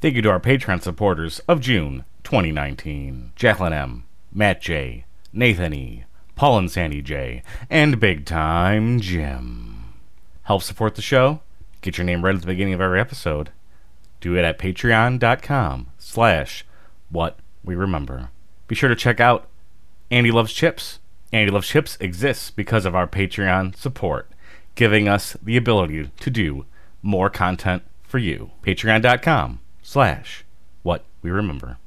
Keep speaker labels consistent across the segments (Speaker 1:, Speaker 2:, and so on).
Speaker 1: Thank you to our Patreon supporters of June 2019 Jacqueline M., Matt J., Nathan E., Paul and Sandy J., and Big Time Jim. Help support the show. Get your name read at the beginning of every episode. Do it at patreon.com slash what we remember. Be sure to check out Andy Loves Chips. Andy Loves Chips exists because of our Patreon support, giving us the ability to do more content for you. Patreon.com slash what we remember.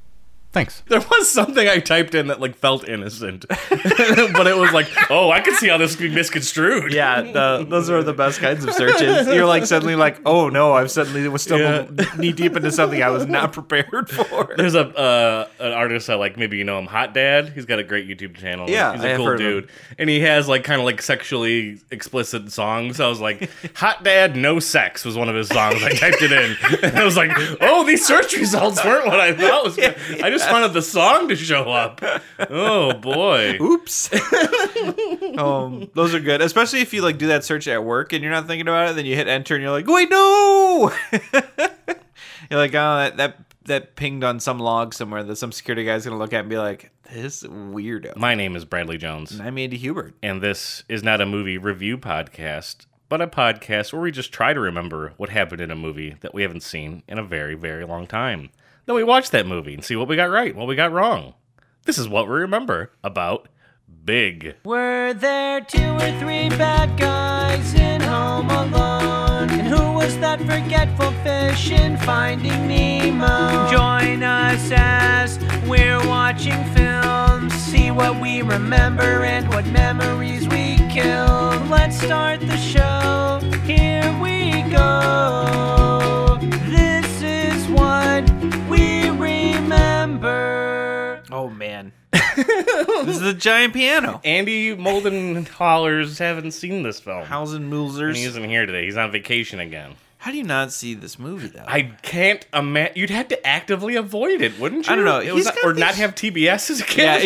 Speaker 1: Thanks.
Speaker 2: There was something I typed in that like felt innocent, but it was like, oh, I can see how this could be misconstrued.
Speaker 3: Yeah, the, those are the best kinds of searches. You're like suddenly like, oh no, I've suddenly was stumbled knee deep into something I was not prepared for.
Speaker 2: There's a uh, an artist I like. Maybe you know him, Hot Dad. He's got a great YouTube channel.
Speaker 3: Yeah,
Speaker 2: he's
Speaker 3: I
Speaker 2: a
Speaker 3: have
Speaker 2: cool
Speaker 3: heard of
Speaker 2: dude, and he has like kind of like sexually explicit songs. So I was like, Hot Dad, no sex was one of his songs. I typed it in, and I was like, oh, these search results weren't what I thought was. I just wanted the song to show up. Oh boy.
Speaker 3: Oops. um, those are good, especially if you like do that search at work and you're not thinking about it. Then you hit enter and you're like, wait, no. you're like, oh, that that that pinged on some log somewhere that some security guy's gonna look at and be like, this weirdo.
Speaker 2: My name is Bradley Jones.
Speaker 3: I'm Andy Hubert.
Speaker 2: and this is not a movie review podcast, but a podcast where we just try to remember what happened in a movie that we haven't seen in a very, very long time. Then we watch that movie and see what we got right, what we got wrong. This is what we remember about Big.
Speaker 4: Were there two or three bad guys in Home Alone? And who was that forgetful fish in Finding Nemo? Join us as we're watching films. See what we remember and what memories we kill. Let's start the show. Here we go. This is what we remember.
Speaker 3: Oh man, this is a giant piano.
Speaker 2: Andy Molden Hollers haven't seen this film.
Speaker 3: Howls and
Speaker 2: And he
Speaker 3: Mulzers.
Speaker 2: isn't here today. He's on vacation again.
Speaker 3: How do you not see this movie though?
Speaker 2: I can't imagine. You'd have to actively avoid it, wouldn't you?
Speaker 3: I don't know.
Speaker 2: It was
Speaker 3: He's
Speaker 2: not-
Speaker 3: got
Speaker 2: or
Speaker 3: these-
Speaker 2: not have TBS as a kid.
Speaker 3: yeah,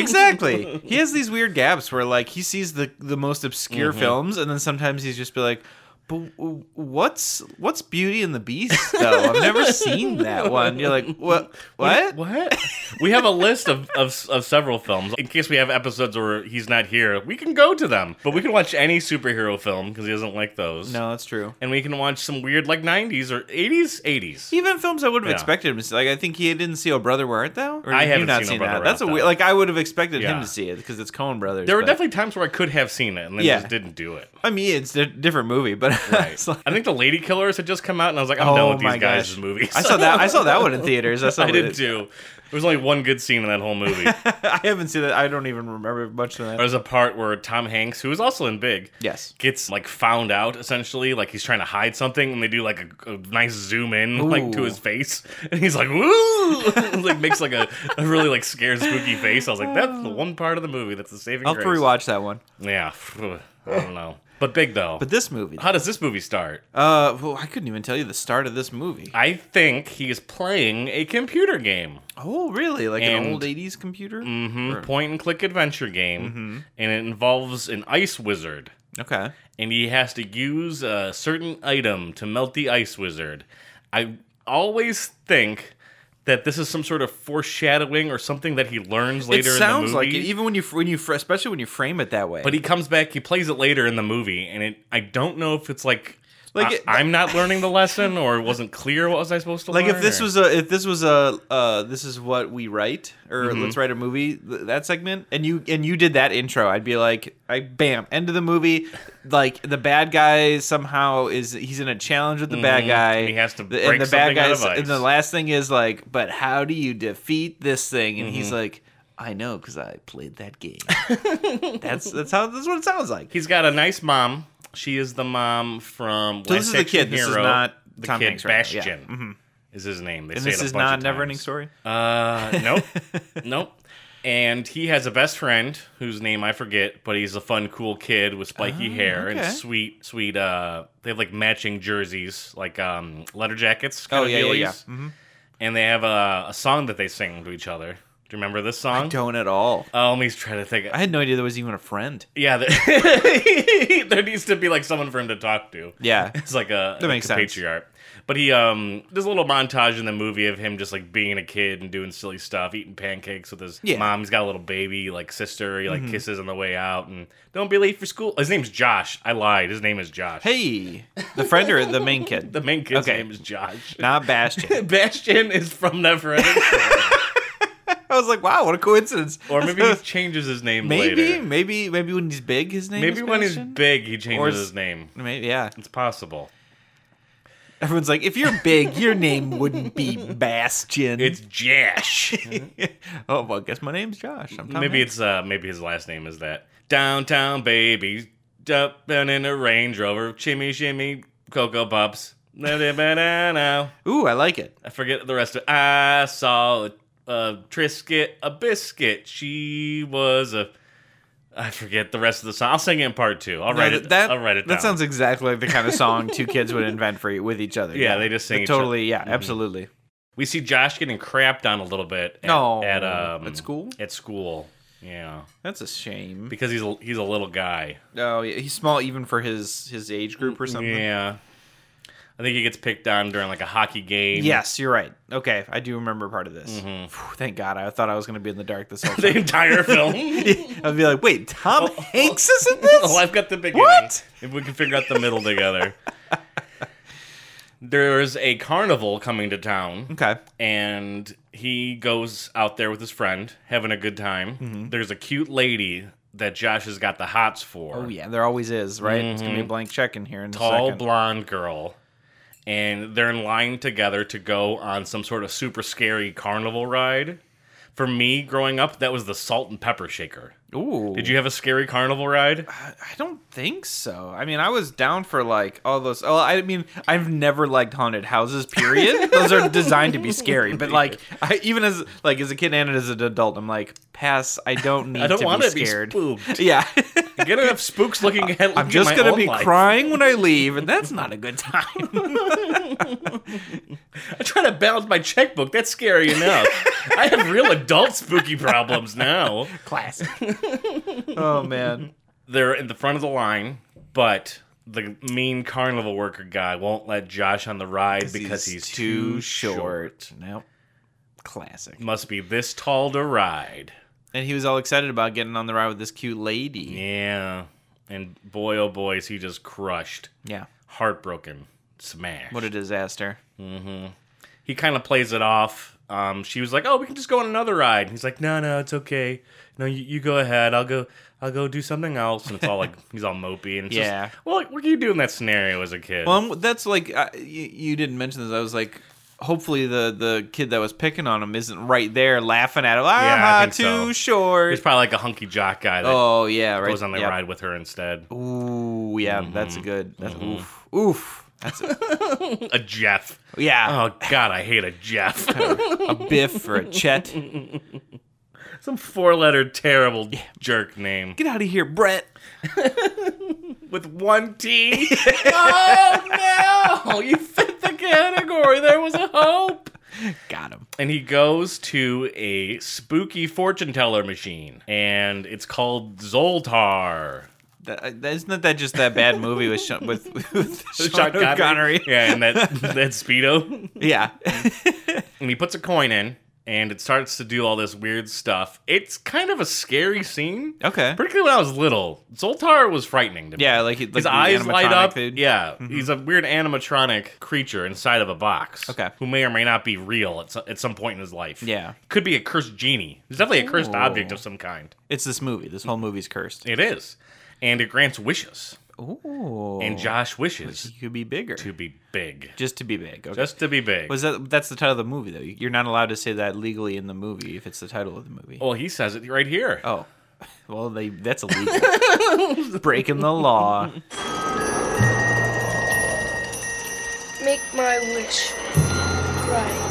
Speaker 3: exactly. He has these weird gaps where like he sees the the most obscure films, and then sometimes he's just be like, "But w- what's what's Beauty and the Beast though? I've never seen that one." You're like, "What? What?"
Speaker 2: What? we have a list of, of, of several films. In case we have episodes where he's not here, we can go to them. But we can watch any superhero film because he doesn't like those.
Speaker 3: No, that's true.
Speaker 2: And we can watch some weird, like 90s or 80s? 80s.
Speaker 3: Even films I would have
Speaker 2: Yeah.
Speaker 3: expected him to see. Like I think he didn't see Oh Brother Where Art Thou. Or
Speaker 2: I
Speaker 3: have
Speaker 2: haven't
Speaker 3: not
Speaker 2: seen Oh
Speaker 3: seen
Speaker 2: Brother,
Speaker 3: that.
Speaker 2: Where
Speaker 3: That's
Speaker 2: Art
Speaker 3: a
Speaker 2: Thou.
Speaker 3: weird. Like I would have expected
Speaker 2: Yeah.
Speaker 3: him to see it because it's Coen Brothers.
Speaker 2: There were
Speaker 3: but-
Speaker 2: definitely times where I could have seen it and then
Speaker 3: Yeah.
Speaker 2: just didn't do it.
Speaker 3: I mean, it's a different movie, but it's like-
Speaker 2: I think the Lady Killers had just come out and I was like, I'm
Speaker 3: Oh
Speaker 2: done with
Speaker 3: my
Speaker 2: these guys'
Speaker 3: gosh.
Speaker 2: movies.
Speaker 3: I saw that. I saw that one in theaters. I saw.
Speaker 2: I did
Speaker 3: it.
Speaker 2: too. There was only one good scene in that whole movie.
Speaker 3: I haven't seen that. I don't even remember much of that.
Speaker 2: There's a part where Tom Hanks, who is also in Big,
Speaker 3: Yes.
Speaker 2: gets like found out essentially, like he's trying to hide something, and they do like a, a nice zoom in like to
Speaker 3: Ooh.
Speaker 2: his face, and he's like, "Woo!" like makes like a, a really like scared, spooky face. I was like, that's the one part of the movie that's the saving
Speaker 3: I'll have
Speaker 2: grace.
Speaker 3: to rewatch that one.
Speaker 2: Yeah, phew, I don't know, but Big though.
Speaker 3: But this movie,
Speaker 2: how does this movie start?
Speaker 3: uh, well, I couldn't even tell you the start of this movie.
Speaker 2: I think he is playing a computer game.
Speaker 3: Oh, really? Like
Speaker 2: And-
Speaker 3: an old '80s computer? Mm-hmm.
Speaker 2: Mhm, point and click adventure game, and it involves an ice wizard.
Speaker 3: Okay.
Speaker 2: and he has to use a certain item to melt the ice wizard. I always think that this is some sort of foreshadowing or something that he learns later
Speaker 3: it sounds
Speaker 2: in the
Speaker 3: like
Speaker 2: movie.
Speaker 3: it, even when you fr- when you fr- especially when you frame it that way.
Speaker 2: but he comes back, he plays it later in the movie, and it I don't know if it's like
Speaker 3: Like
Speaker 2: I,
Speaker 3: it-
Speaker 2: I'm not learning the lesson or it wasn't clear what was I supposed to
Speaker 3: like
Speaker 2: learn.
Speaker 3: if this
Speaker 2: or-
Speaker 3: was a if this was a uh, this is what we write or
Speaker 2: Mm-hmm.
Speaker 3: let's write a movie th- that segment and you and you did that intro I'd be like I bam end of the movie like the bad guy somehow is he's in a challenge with the bad
Speaker 2: Mhm,
Speaker 3: guy
Speaker 2: and he has to
Speaker 3: the-
Speaker 2: break
Speaker 3: and the bad
Speaker 2: something out
Speaker 3: guy
Speaker 2: of
Speaker 3: is- and the
Speaker 2: ice.
Speaker 3: last thing is like but how do you defeat this thing and
Speaker 2: Mm-hmm.
Speaker 3: he's like I know because I played that game that's that's how that's what it sounds like
Speaker 2: he's got a nice mom. She is the mom from
Speaker 3: So
Speaker 2: Last
Speaker 3: this is the
Speaker 2: Action
Speaker 3: kid, this is
Speaker 2: Hero.
Speaker 3: not
Speaker 2: the
Speaker 3: Tom
Speaker 2: kid
Speaker 3: Hanks right now, yeah. Mm-hmm.
Speaker 2: Bastion. Is his name? They
Speaker 3: and
Speaker 2: say
Speaker 3: this
Speaker 2: it a
Speaker 3: is
Speaker 2: bunch
Speaker 3: not
Speaker 2: of
Speaker 3: never ending
Speaker 2: times.
Speaker 3: story
Speaker 2: Uh, nope, nope. And he has a best friend whose name I forget, but he's a fun, cool kid with spiky hair
Speaker 3: Oh, okay.
Speaker 2: and sweet, sweet. Uh, they have like matching jerseys, like um, letter jackets. Kind
Speaker 3: Oh,
Speaker 2: of
Speaker 3: yeah, yeah, yeah.
Speaker 2: dealies. And they have a, a song that they sing to each other. Do you remember this song?
Speaker 3: don't at all
Speaker 2: Oh, let me try to think.
Speaker 3: I had no idea there was even a friend.
Speaker 2: yeah, there, there needs to be like someone for him to talk to.
Speaker 3: Yeah.
Speaker 2: It's like a,
Speaker 3: That
Speaker 2: like
Speaker 3: makes
Speaker 2: a
Speaker 3: sense.
Speaker 2: patriarch. But he um there's a little montage in the movie of him just like being a kid and doing silly stuff, eating pancakes with his
Speaker 3: Yeah. Mm-hmm.
Speaker 2: mom. He's got a little baby, like sister. He like kisses on the way out, and don't be late for school. His name's Josh. I lied. His name is Josh.
Speaker 3: Hey, the friend or the main kid?
Speaker 2: The main kid's
Speaker 3: Okay.
Speaker 2: name is Josh.
Speaker 3: Not Bastion.
Speaker 2: Bastion is from Neverending,
Speaker 3: I was like, wow, what a coincidence.
Speaker 2: or maybe he changes his name
Speaker 3: maybe,
Speaker 2: later.
Speaker 3: maybe, maybe when he's big, his name.
Speaker 2: Maybe
Speaker 3: is
Speaker 2: when he's
Speaker 3: Bastion?
Speaker 2: big, he
Speaker 3: Or
Speaker 2: changes
Speaker 3: s-
Speaker 2: his name.
Speaker 3: Maybe, yeah.
Speaker 2: It's possible.
Speaker 3: Everyone's like, if you're big, your name wouldn't be Bastion.
Speaker 2: It's Josh.
Speaker 3: oh well, I guess my name's Josh. I'm Tom
Speaker 2: maybe
Speaker 3: Hanks.
Speaker 2: it's uh maybe his last name is that. Downtown baby, jumping in a Range Rover, chimmy shimmy, cocoa pops. Na-na-na-na-na.
Speaker 3: Ooh, I like it.
Speaker 2: I forget the rest of it. I saw a, a Trisket, a biscuit. She was a. I forget the rest of the song. I'll sing it in part two. I'll write
Speaker 3: No,
Speaker 2: it.
Speaker 3: That,
Speaker 2: I'll write it
Speaker 3: That
Speaker 2: down.
Speaker 3: sounds exactly like the kind of song two kids would invent for e-, with each other.
Speaker 2: Yeah, they just sing each Mm-hmm.
Speaker 3: Totally, yeah, absolutely.
Speaker 2: We see Josh getting crapped on a little bit. At,
Speaker 3: No,
Speaker 2: at um
Speaker 3: at school?
Speaker 2: At school, yeah,
Speaker 3: That's a shame.
Speaker 2: because he's a, he's a little guy.
Speaker 3: Oh, yeah, he's small even for his his age group or something.
Speaker 2: Yeah. I think he gets picked on during like a hockey game.
Speaker 3: Yes, you're right. Okay, I do remember part of this.
Speaker 2: Mm-hmm.
Speaker 3: Phew, thank God. I thought I was going to be in the dark this whole
Speaker 2: The
Speaker 3: time.
Speaker 2: entire film.
Speaker 3: I'd be like, wait, Tom Hanks is in this?
Speaker 2: Oh, I've got the beginning.
Speaker 3: What?
Speaker 2: If we can figure out the middle together. There's a carnival coming to town.
Speaker 3: okay.
Speaker 2: and he goes out there with his friend, having a good time.
Speaker 3: Mm-hmm.
Speaker 2: There's a cute lady that Josh has got the hots for.
Speaker 3: Oh yeah, there always is, right? It's gonna be a blank check in here in a
Speaker 2: Mm-hmm. Tall
Speaker 3: second.
Speaker 2: blonde girl. And they're in line together to go on some sort of super scary carnival ride. For me, growing up, that was the salt and pepper shaker.
Speaker 3: Ooh,
Speaker 2: Did you have a scary carnival ride?
Speaker 3: I don't think so. I mean, I was down for like all those. Oh, I mean, I've never liked haunted houses. Period. those are designed to be scary, but like, I, even as like as a kid and as an adult, I'm like, pass. I don't need.
Speaker 2: I don't
Speaker 3: to
Speaker 2: want
Speaker 3: be
Speaker 2: to be
Speaker 3: scared.
Speaker 2: spooked.
Speaker 3: yeah,
Speaker 2: Get enough spooks looking ahead.
Speaker 3: I'm just gonna be crying when I leave, and that's not a good time.
Speaker 2: I'm trying to balance my checkbook. That's scary enough. I have real adult spooky problems now.
Speaker 3: Classic. oh man.
Speaker 2: They're in the front of the line, but the mean carnival worker guy won't let Josh on the ride because he's, too short.
Speaker 3: Nope. Classic.
Speaker 2: Must be this tall to ride.
Speaker 3: And he was all excited about getting on the ride with this cute lady.
Speaker 2: Yeah. And boy, oh boy, is he just crushed,
Speaker 3: Yeah.
Speaker 2: heartbroken, smashed.
Speaker 3: What a disaster.
Speaker 2: he kind of plays it off. Um, she was like, "Oh, we can just go on another ride." And he's like, "No, no, it's okay. No, you, you go ahead. I'll go. I'll go do something else." And it's all like he's all mopey and it's just-
Speaker 3: Yeah.
Speaker 2: well, like, what do you do in that scenario as a kid?
Speaker 3: Well, I'm, that's like uh, you, you didn't mention this. I was like, hopefully the the kid that was picking on him isn't right there laughing at him. Ah,
Speaker 2: think
Speaker 3: too
Speaker 2: so.
Speaker 3: short.
Speaker 2: There's probably like a hunky jock guy that
Speaker 3: oh yeah, right.
Speaker 2: goes on the
Speaker 3: yep.
Speaker 2: ride Mm-hmm. with her instead.
Speaker 3: Ooh, yeah, that's a good. That's oof, oof. That's a,
Speaker 2: A Jeff.
Speaker 3: yeah,
Speaker 2: Oh God, I hate a Jeff.
Speaker 3: a Biff or a Chet.
Speaker 2: Some four-letter terrible jerk name
Speaker 3: Get out of here, Brett.
Speaker 2: with one T. oh no! You fit the category. There was a hope.
Speaker 3: Got him.
Speaker 2: and he goes to a spooky fortune teller machine, and it's called Zoltar.
Speaker 3: uh, That, that, isn't that just that bad movie with Sean, with, with Sean Connery?
Speaker 2: yeah, and that that speedo.
Speaker 3: Yeah.
Speaker 2: And he puts a coin in, and it starts to do all this weird stuff. It's kind of a scary scene.
Speaker 3: okay.
Speaker 2: Particularly when I was little, Zoltar was frightening to me.
Speaker 3: Yeah, like, he- like
Speaker 2: his
Speaker 3: the
Speaker 2: eyes light
Speaker 3: animatronic Mm-hmm.
Speaker 2: up.
Speaker 3: Food.
Speaker 2: Yeah, he's a weird animatronic creature inside of a box.
Speaker 3: Okay.
Speaker 2: who may or may not be real at, so, at some point in his life.
Speaker 3: Yeah.
Speaker 2: could be a cursed genie. He's definitely a cursed
Speaker 3: Ooh.
Speaker 2: object of some kind.
Speaker 3: It's this movie. This whole movie's cursed.
Speaker 2: It is. And it grants wishes.
Speaker 3: Ooh.
Speaker 2: And Josh wishes
Speaker 3: You could be bigger.
Speaker 2: to be big.
Speaker 3: Just to be big. Okay.
Speaker 2: Just to be big.
Speaker 3: was that that's the title of the movie though? You're not allowed to say that legally in the movie if it's the title of the movie.
Speaker 2: well, he says it right here.
Speaker 3: Oh. Well, they that's illegal. Breaking the law.
Speaker 5: Make my wish. Right.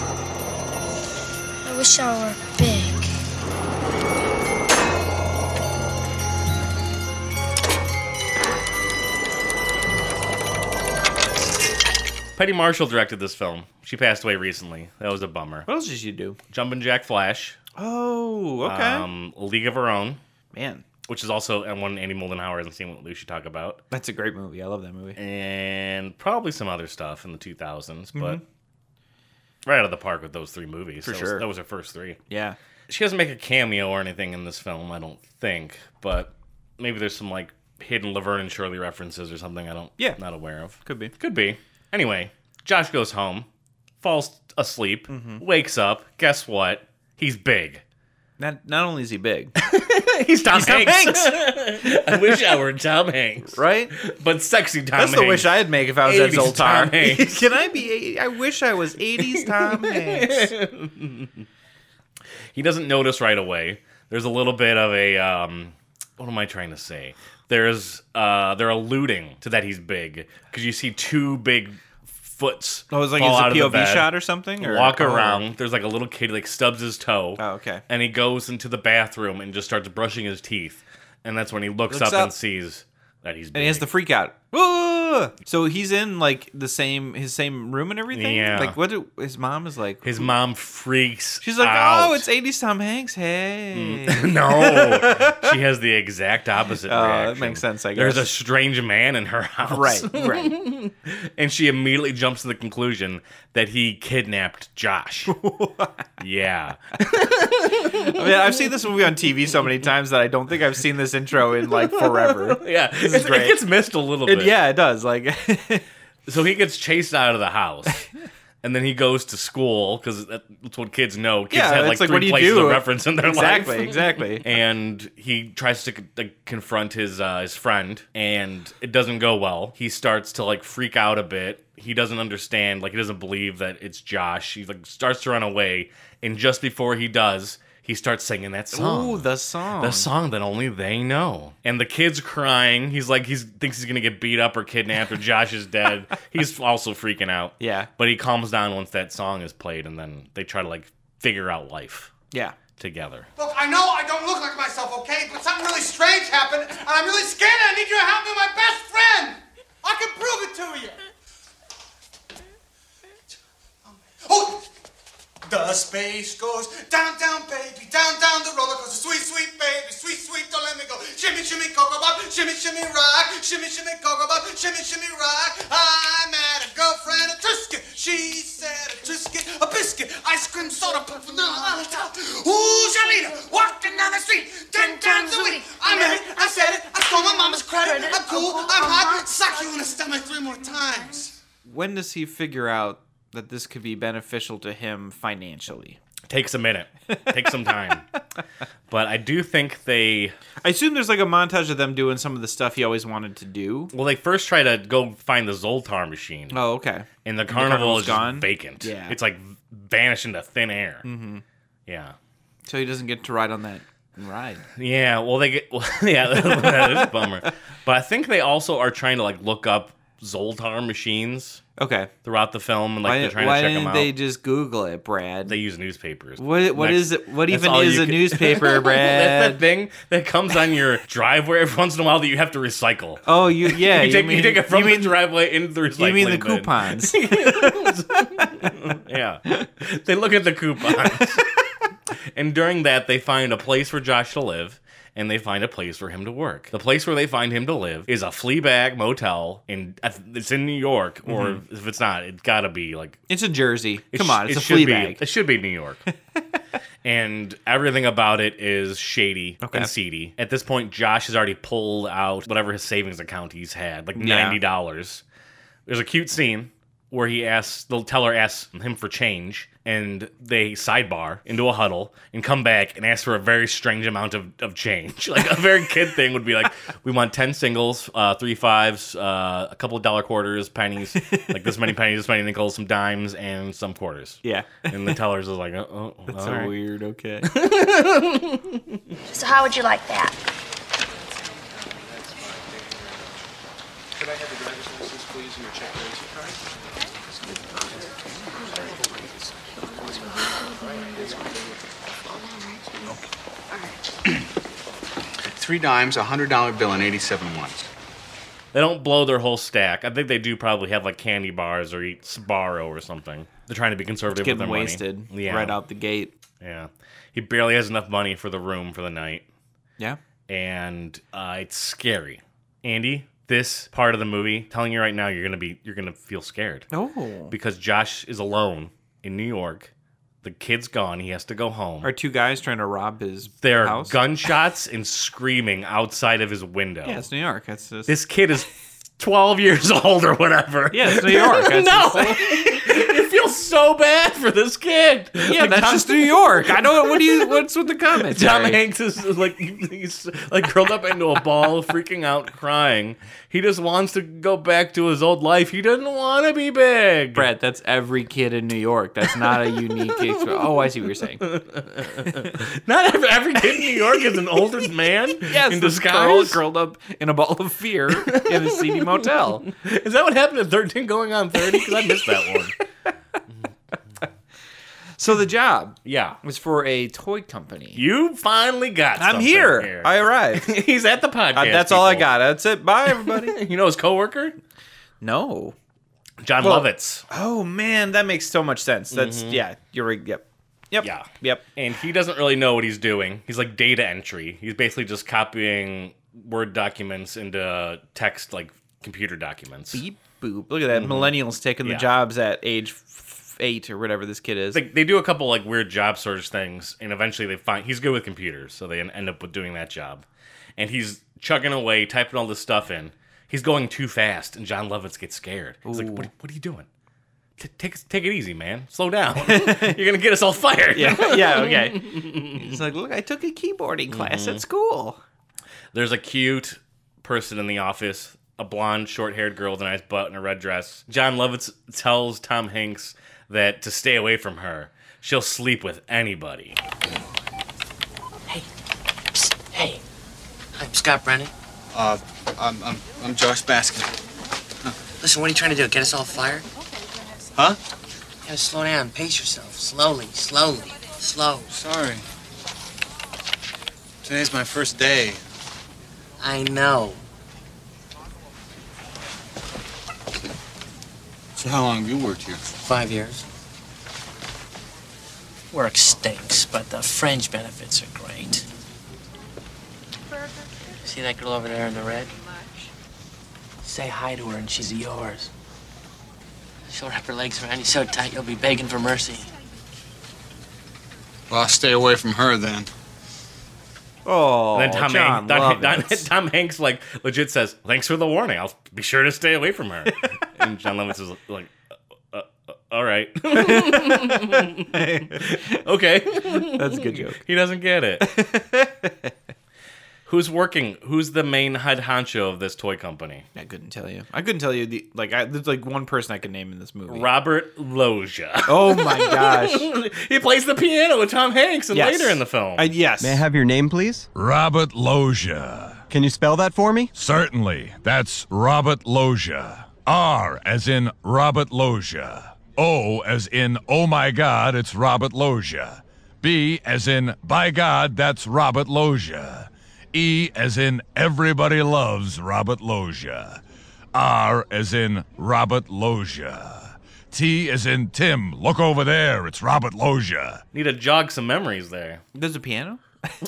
Speaker 5: I wish I were big.
Speaker 2: Petty Marshall directed this film. She passed away recently. That was a bummer.
Speaker 3: What else did she do?
Speaker 2: Jumpin' Jack Flash.
Speaker 3: Oh, okay.
Speaker 2: Um, League of Her Own.
Speaker 3: Man.
Speaker 2: which is also and one Andy Moldenhauer hasn't seen what we should talk about,
Speaker 3: That's a great movie. I love that movie.
Speaker 2: and probably some other stuff in the 2000s, but right out of the park with those three movies.
Speaker 3: Mm-hmm. For
Speaker 2: That was-
Speaker 3: sure.
Speaker 2: that was her first three.
Speaker 3: Yeah.
Speaker 2: She doesn't make a cameo or anything in this film, I don't think, but maybe there's some like hidden Laverne and Shirley references or something I don't
Speaker 3: Yeah.
Speaker 2: not aware of.
Speaker 3: Could be.
Speaker 2: Could be. Anyway, Josh goes home, falls asleep,
Speaker 3: Mm-hmm.
Speaker 2: wakes up. Guess what? He's big.
Speaker 3: Not not only is he big,
Speaker 2: He's Tom
Speaker 3: Hanks.
Speaker 2: I wish I were Tom Hanks,
Speaker 3: right?
Speaker 2: but sexy Tom.
Speaker 3: That's the
Speaker 2: Hanks.
Speaker 3: wish I'd make if I was
Speaker 2: 80s
Speaker 3: that Zoltar.
Speaker 2: Tom Hanks.
Speaker 3: Can I be? 80? I wish I was 80s Tom Hanks.
Speaker 2: He doesn't notice right away. There's a little bit of a um, what am I trying to say? There's uh, they're alluding to that he's big because you see two big foots.
Speaker 3: I was like,
Speaker 2: fall out of
Speaker 3: Oh, it's
Speaker 2: the
Speaker 3: a POV
Speaker 2: bed,
Speaker 3: shot or something. Or?
Speaker 2: Walk
Speaker 3: oh.
Speaker 2: around. There's like a little kid like stubs his toe.
Speaker 3: Oh, okay.
Speaker 2: And he goes into the bathroom and just starts brushing his teeth. And that's when he looks,
Speaker 3: Looks
Speaker 2: up,
Speaker 3: up.
Speaker 2: and sees that he's big.
Speaker 3: And he has the freak out. Ooh! So he's in like the same his same room and everything.
Speaker 2: Yeah.
Speaker 3: Like what? Do, his mom is like.
Speaker 2: his mom freaks.
Speaker 3: she's like,
Speaker 2: out. Mm.
Speaker 3: oh, it's 80s Tom Hanks. Hey.
Speaker 2: no. she has the exact opposite
Speaker 3: Oh, that
Speaker 2: reaction.
Speaker 3: makes sense, I
Speaker 2: There's a
Speaker 3: guess.
Speaker 2: strange man in her house.
Speaker 3: Right. Right.
Speaker 2: and she immediately jumps to the conclusion that he kidnapped Josh. yeah.
Speaker 3: I mean, I've seen this movie on TV so many times that I don't think I've seen this intro in like forever.
Speaker 2: Yeah. It's-
Speaker 3: great.
Speaker 2: It gets missed a little
Speaker 3: And
Speaker 2: bit.
Speaker 3: yeah, it does. Like,
Speaker 2: So he gets chased out of the house. And then he goes to school because that's what kids know. Kids
Speaker 3: Yeah,
Speaker 2: have like
Speaker 3: it's like,
Speaker 2: three
Speaker 3: what do you
Speaker 2: places
Speaker 3: do?
Speaker 2: of reference in their
Speaker 3: exactly,
Speaker 2: life.
Speaker 3: exactly.
Speaker 2: And he tries to like, confront his uh, his friend, and it doesn't go well. He starts to like freak out a bit. He doesn't understand, like he doesn't believe that it's Josh. He like starts to run away, and just before he does, he starts singing that song.
Speaker 3: Ooh, the song.
Speaker 2: The song that only they know. And the kid's crying. He's like, he thinks he's going to get beat up or kidnapped or Josh is dead. He's also freaking out.
Speaker 3: Yeah.
Speaker 2: But he calms down once that song is played and then they try to like figure out life
Speaker 3: Yeah.
Speaker 2: together.
Speaker 6: Look, I know I don't look like myself, okay? But something really strange happened, and I'm really scared. and I need you to help me, my best friend. I can prove it to you. Oh, the space goes down, down, baby, down, down the roller coaster. Sweet, sweet baby, sweet, sweet, don't let me go. Shimmy, shimmy, cocoa bop, shimmy, shimmy, rock, shimmy, shimmy, cocoa bop, shimmy, shimmy, rock. I met a girlfriend, a Trisket. She said a Trisket, a biscuit, ice cream, soda, pop, vanilla on the top. Ooh, Shalita, walking down the street, ten times a week. I met it, I said it, I stole my mama's credit. I'm cool, I'm hot, suck you in the stomach three more times.
Speaker 3: When does he figure out that this could be beneficial to him financially?
Speaker 2: Takes a minute, takes some time. But I do think they,
Speaker 3: I assume there's like a montage of them doing some of the stuff he always wanted to do.
Speaker 2: well, they first try to go find the Zoltar machine.
Speaker 3: Oh, okay.
Speaker 2: And the
Speaker 3: carnival's
Speaker 2: carnival is
Speaker 3: gone?
Speaker 2: gone. vacant.
Speaker 3: Yeah.
Speaker 2: It's like vanished into thin air. Mm-hmm. Yeah.
Speaker 3: So he doesn't get to ride on that ride.
Speaker 2: Yeah, well, they get well, yeah, that is a bummer. But I think they also are trying to like look up Zoltar machines
Speaker 3: Okay.
Speaker 2: throughout the film, and like
Speaker 3: Why,
Speaker 2: they're trying
Speaker 3: why
Speaker 2: to check them
Speaker 3: didn't
Speaker 2: out.
Speaker 3: they just Google it, Brad?
Speaker 2: They use newspapers.
Speaker 3: what what
Speaker 2: Next-
Speaker 3: is it? What
Speaker 2: that's
Speaker 3: even
Speaker 2: all
Speaker 3: is
Speaker 2: you
Speaker 3: a
Speaker 2: can-
Speaker 3: newspaper,
Speaker 2: That's that
Speaker 3: Brad?
Speaker 2: thing that comes on your driveway every once in a while that you have to recycle.
Speaker 3: oh, you yeah.
Speaker 2: you, take, you take it from
Speaker 3: you mean,
Speaker 2: the driveway into the recycling.
Speaker 3: you mean the
Speaker 2: bin.
Speaker 3: coupons?
Speaker 2: Yeah. They look at the coupons. and during that, they find a place for Josh to live and they find a place for him to work. The place where they find him to live is a flea bag motel in I th- it's in New York or
Speaker 3: Mm-hmm.
Speaker 2: if it's not, it's got to be like
Speaker 3: it's in Jersey.
Speaker 2: it
Speaker 3: Come
Speaker 2: sh-
Speaker 3: on, it's
Speaker 2: it
Speaker 3: a
Speaker 2: should
Speaker 3: flea
Speaker 2: be-
Speaker 3: bag.
Speaker 2: It should be New York. and everything about it is shady
Speaker 3: Okay.
Speaker 2: and seedy. At this point, Josh has already pulled out whatever his savings account he's had, like
Speaker 3: Yeah.
Speaker 2: ninety dollars. There's a cute scene where he asks the teller asks him for change, and they sidebar into a huddle and come back and ask for a very strange amount of, of change. Like a very kid thing would be like, we want ten singles, uh, three fives, uh, a couple of dollar quarters, pennies, like this many pennies, this many nickels, some dimes, and some quarters.
Speaker 3: Yeah.
Speaker 2: And the tellers is like, oh, oh that's
Speaker 3: So weird. Okay.
Speaker 5: So how would you like that?
Speaker 7: Could I have your driver's license, please, and your check razor card? Three dimes, a hundred dollar bill, and eighty-seven ones.
Speaker 2: They don't blow their whole stack. I think they do probably have like candy bars or eat Sbarro or something. They're trying to be conservative with their
Speaker 3: Getting
Speaker 2: money.
Speaker 3: wasted
Speaker 2: Yeah.
Speaker 3: right out the gate.
Speaker 2: Yeah. He barely has enough money for the room for the night.
Speaker 3: Yeah.
Speaker 2: and uh, it's scary. Andy, this part of the movie, telling you right now, you're gonna be, you're gonna feel scared
Speaker 3: Oh.
Speaker 2: because Josh is alone in New York. The kid's gone. He has to go home.
Speaker 3: Are two guys trying to rob his
Speaker 2: there are
Speaker 3: house?
Speaker 2: gunshots and screaming outside of his window.
Speaker 3: Yeah, it's New York. That's just.
Speaker 2: This kid is 12 years old or whatever.
Speaker 3: yeah, it's New York. That's
Speaker 2: no,
Speaker 3: just-
Speaker 2: it feels so bad for this kid.
Speaker 3: yeah, that's just New York. I know. What do you? What's with the comments?
Speaker 2: Tom Hanks is like he's like curled up into a ball, freaking out, crying. He just wants to go back to his old life. He doesn't want to be big.
Speaker 3: Brett, that's every kid in New York. That's not a unique experience. Oh, I see what you're saying.
Speaker 2: Not every, every kid in New York is an older man
Speaker 3: Yes,
Speaker 2: in
Speaker 3: this girl
Speaker 2: disguise.
Speaker 3: curled up in a ball of fear in a seedy motel.
Speaker 2: Is that what happened at 13 going on 30? Because I missed that one.
Speaker 3: So the job
Speaker 2: Yeah.
Speaker 3: was for a toy company.
Speaker 2: You finally got
Speaker 3: I'm
Speaker 2: something
Speaker 3: here. I arrived.
Speaker 2: He's at the podcast.
Speaker 3: Uh, that's all I
Speaker 2: people.
Speaker 3: got. That's it. Bye, everybody.
Speaker 2: You know his coworker?
Speaker 3: no.
Speaker 2: John
Speaker 3: Well-
Speaker 2: Lovitz.
Speaker 3: Oh man, that makes so much sense. That's yeah. You're right. Yep. Yep.
Speaker 2: Yeah.
Speaker 3: Yep.
Speaker 2: and he doesn't really know what he's doing. He's like data entry. He's basically just copying Word documents into text, like computer documents.
Speaker 3: Beep boop. Look at that. Millennials taking
Speaker 2: Mm-hmm. Yeah.
Speaker 3: the jobs at age f- eight or whatever this kid is.
Speaker 2: They, they do a couple like weird job search things, and eventually they find he's good with computers, so they en- end up with doing that job. And he's chugging away, typing all this stuff in. He's going too fast, and John Lovitz gets scared. He's like, "What, what are you doing? T- take take it easy, man. Slow down. You're gonna get us all fired."
Speaker 3: yeah. Yeah. Okay. He's like, look, I took a keyboarding class
Speaker 2: Mm-hmm.
Speaker 3: at school.
Speaker 2: There's a cute person in the office, a blonde, short haired girl with a nice butt and a red dress. John Lovitz tells Tom Hanks that to stay away from her, she'll sleep with anybody.
Speaker 8: Psst, hey, I'm Scott Brennan.
Speaker 9: Uh, I'm, I'm, I'm Josh Baskin.
Speaker 8: Listen, what are you trying to do? Get us all fired?
Speaker 9: Huh?
Speaker 8: You gotta slow down, pace yourself. Slowly, slowly, slow.
Speaker 9: Sorry. Today's my first day.
Speaker 8: I know.
Speaker 9: So how long have you worked here?
Speaker 8: Five years. Work stinks, but the fringe benefits are great. See that girl over there in the red? Say hi to her and she's yours. She'll wrap her legs around you so tight you'll be begging for mercy.
Speaker 9: Well, I'll stay away from her then.
Speaker 3: Oh,
Speaker 2: And then Tom,
Speaker 3: John
Speaker 2: Hanks, Tom, Tom,
Speaker 3: Lovitz.
Speaker 2: Tom Hanks like legit says, "Thanks for the warning. I'll be sure to stay away from her." and John Lovitz is like, uh, uh, "All right, okay."
Speaker 3: That's a good joke.
Speaker 2: He doesn't get it. Who's working? Who's the main head honcho of this toy company?
Speaker 3: I couldn't tell you. I couldn't tell you the like. I, there's like one person I could name in this movie.
Speaker 2: Robert Loggia.
Speaker 3: Oh my gosh.
Speaker 2: he plays the piano with Tom Hanks and
Speaker 3: Yes.
Speaker 2: later in the film.
Speaker 3: I, yes.
Speaker 10: May I have your name, please?
Speaker 7: Robert Loggia.
Speaker 10: Can you spell that for me?
Speaker 7: Certainly, that's Robert Loggia. R as in Robert Loggia. O as in Oh my God, it's Robert Loggia. B as in By God, that's Robert Loggia. E as in Everybody loves Robert Loggia. R as in Robert Loggia. T as in Tim, look over there, it's Robert Loggia.
Speaker 2: Need to jog some memories there.
Speaker 3: There's a piano.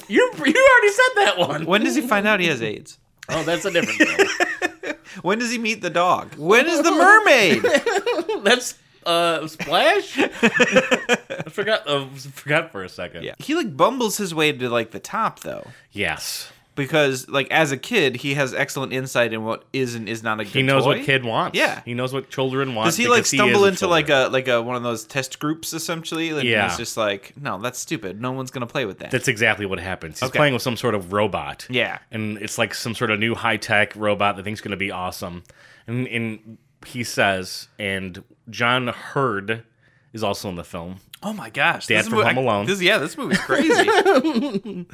Speaker 2: You you already said that one.
Speaker 3: When does he find out he has AIDS?
Speaker 2: Oh, that's a different film.
Speaker 3: When does he meet the dog? When is the mermaid?
Speaker 2: that's uh Splash. I forgot. Uh, forgot for a second.
Speaker 3: yeah. He like bumbles his way to like the top though,
Speaker 2: Yes.
Speaker 3: because like as a kid he has excellent insight in what is and is not a good
Speaker 2: He knows
Speaker 3: toy.
Speaker 2: what kid wants.
Speaker 3: Yeah.
Speaker 2: He knows what children want.
Speaker 3: Does he like stumble into like a like a one of those test groups essentially? Like,
Speaker 2: Yeah.
Speaker 3: He's just like, no, that's stupid. No one's gonna play with that.
Speaker 2: That's exactly what happens. He's
Speaker 3: Okay.
Speaker 2: playing with some sort of robot.
Speaker 3: Yeah.
Speaker 2: And it's like some sort of new high tech robot that thinks going to be awesome. And, and he says, and John Hurd is also in the film.
Speaker 3: oh my gosh.
Speaker 2: Dad
Speaker 3: this
Speaker 2: from
Speaker 3: mo-
Speaker 2: Home
Speaker 3: I-
Speaker 2: Alone.
Speaker 3: this- yeah, this movie's crazy.